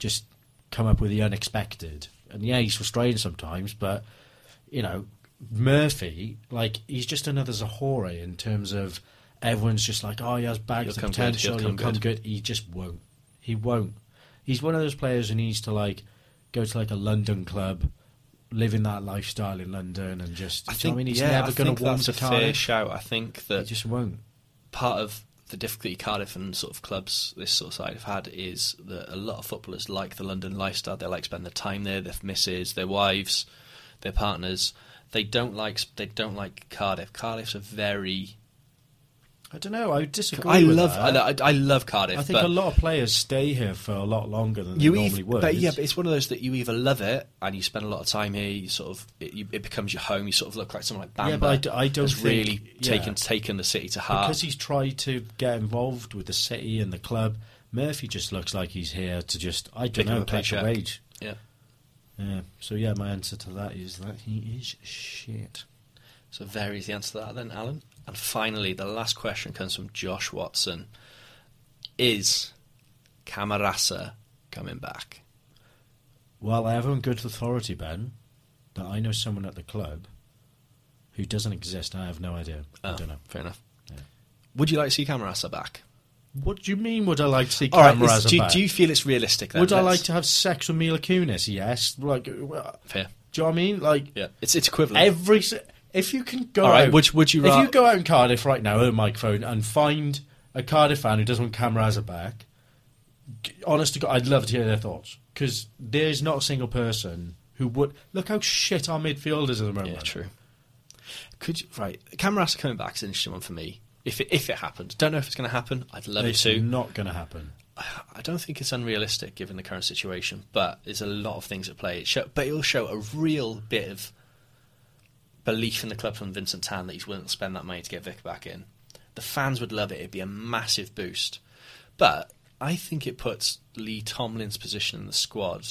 B: just come up with the unexpected. And yeah, he's frustrating sometimes, but you know Murphy, like he's just another Zahore in terms of everyone's just like, oh, he has bags
C: He'll come
B: of
C: good, he'll
B: potential. He'll
C: come
B: come
C: good.
B: good good. He just won't. He won't. He's one of those players who needs to like go to like a London club, live in that lifestyle in London, and just. do you know what I mean, he's
C: yeah, I
B: never going
C: think
B: to warm
C: that's
B: to
C: a fair
B: Cardiff.
C: shout. I think
B: He
C: that
B: just won't.
C: part of the difficulty Cardiff and sort of clubs this sort of side have had is that a lot of footballers like the London lifestyle. They like spend their time there, their misses, their wives, their partners. They don't like they don't like Cardiff. Cardiff's a very
B: I don't know. I would disagree.
C: I
B: with
C: love
B: that.
C: I, I, I love Cardiff.
B: I think
C: but
B: a lot of players stay here for a lot longer than
C: you
B: they
C: eith-
B: normally would.
C: But yeah, but it's one of those that you either love it and you spend a lot of time here. You sort of it, you, it becomes your home. You sort of look like someone like Bamba.
B: Yeah, but I d- I don't
C: has
B: think-
C: really
B: yeah.
C: taken taken the city to heart.
B: because he's tried to get involved with the city and the club. Murphy just looks like he's here to just I don't
C: Pick up
B: know
C: a
B: catch a
C: paycheck.
B: wage.
C: yeah.
B: Yeah. So yeah, my answer to that is that he is shit.
C: So there is the answer to that then, Alan. And finally, the last question comes from Josh Watson. Is Camarasa coming back?
B: Well, I have on good authority, Ben, that I know someone at the club who doesn't exist. I have no idea. I
C: Oh,
B: don't know.
C: Fair enough.
B: Yeah.
C: Would you like to see Camarasa back?
B: What do you mean? Would I like to see
C: All right.
B: Cameras
C: this- do, you-
B: about?
C: do you feel it's realistic? Then?
B: Would I
C: Let's-
B: like to have sex with Mila Kunis? Yes. Like, uh, well,
C: Fair.
B: do you know what I mean? Like
C: Yeah. It's it's equivalent.
B: every si- if you can go
C: All right,
B: out,
C: would- would you
B: if
C: ra-
B: you go out in Cardiff right now, with a microphone, and find a Cardiff fan who doesn't want Cameras back? g- Honest to God, I'd love to hear their thoughts because there's not a single person who would look how shit our midfielders at the moment.
C: yeah. True. Could you, right. Camarasa coming back is an interesting one for me. If it, if it happens, don't know if it's going to happen. I'd love
B: It's
C: it to.
B: not going to happen.
C: I don't think it's unrealistic given the current situation, but there's a lot of things at play. It show, but it'll show a real bit of belief in the club from Vincent Tan that he's willing to spend that money to get Vic back in. The fans would love it. It'd be a massive boost. But I think it puts Lee Tomlin's position in the squad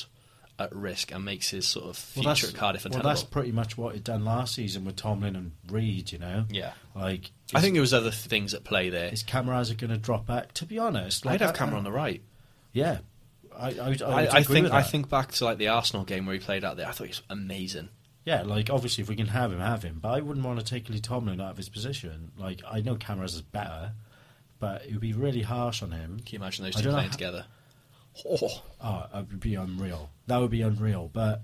C: at risk and makes his sort of future at Cardiff
B: well,
C: untenable.
B: that's pretty much what it done last season with Tomlin and Reed. You know,
C: Yeah.
B: Like,
C: I think there was other things at play there.
B: is Cameras going to drop back? To be honest, like,
C: I'd have
B: I-
C: Cameron on the right.
B: Yeah, I, I, would- I,
C: I,
B: would
C: I
B: agree
C: think
B: with
C: I
B: that.
C: think back to like the Arsenal game where he played out there. I thought he was amazing.
B: Yeah, like obviously if we can have him, have him. But I wouldn't want to take Lee Tomlin out of his position. Like I know Cameras is better, but it would be really harsh on him.
C: Can you imagine those
B: I
C: two
B: don't know
C: playing
B: how-
C: together? Oh,
B: Oh, it would be unreal. That would be unreal. But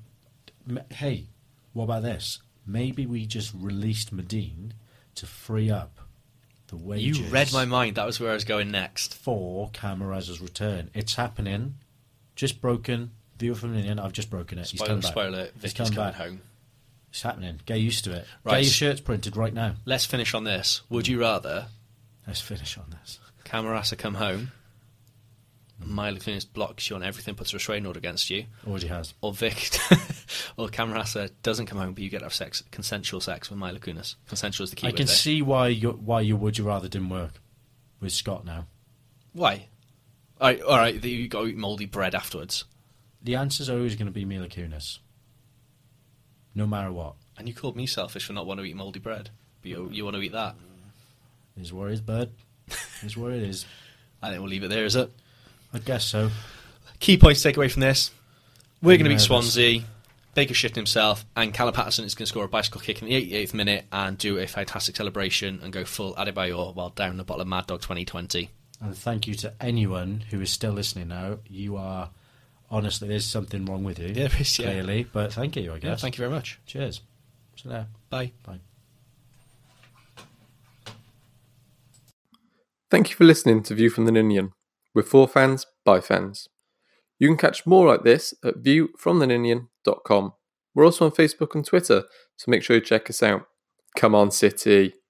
B: m- hey, what about this? Maybe we just released Medine to free up the wages.
C: you read my mind. That was where I was going next.
B: for Camaraz's return. It's happening. Just broken. View from Indian. I've just broken it. He's
C: Spoiler,
B: come back.
C: spoiler. Vic
B: He's
C: is
B: come
C: coming
B: back.
C: home.
B: It's happening. Get used to it.
C: Right.
B: Get your shirts printed right now.
C: Let's finish on this. Would you rather
B: Let's finish on this.
C: Camarasa come home, Milo Clunis blocks you on everything, puts a restraining order against you,
B: Already has.
C: or Vic, or Camarasa doesn't come home, but you get to have sex, consensual sex with Milo Kunis. Consensual is the key.
B: I
C: word
B: can
C: there.
B: see why your why your would you rather didn't work with Scott now.
C: why. All right, all right. You got to eat mouldy bread afterwards,
B: The answer's always going to be Mila Kunis. No matter what,
C: and you called me selfish for not wanting to eat mouldy bread, but you, you want to eat that.
B: is what it is, bud. Is what it is.
C: I think we'll leave it there, is it?
B: I guess so.
C: Key points to take away from this: we're going to
B: Nervous.
C: beat Swansea. Baker shifting himself, and Callum Patterson is going to score a bicycle kick in the 88th minute and do a fantastic celebration and go full Adebayor while down the bottle of Mad Dog 2020.
B: And thank you to anyone who is still listening now. You are honestly, there's something wrong with you.
C: There is, yeah.
B: clearly. But thank you, I guess.
C: Yeah, thank you very much.
B: Cheers. See you later.
C: Bye.
B: Bye.
G: Thank you for listening to View from the Ninian. We're for fans, by fans. You can catch more like this at viewfromtheninian.com. We're also on Facebook and Twitter, so make sure you check us out. Come on, City.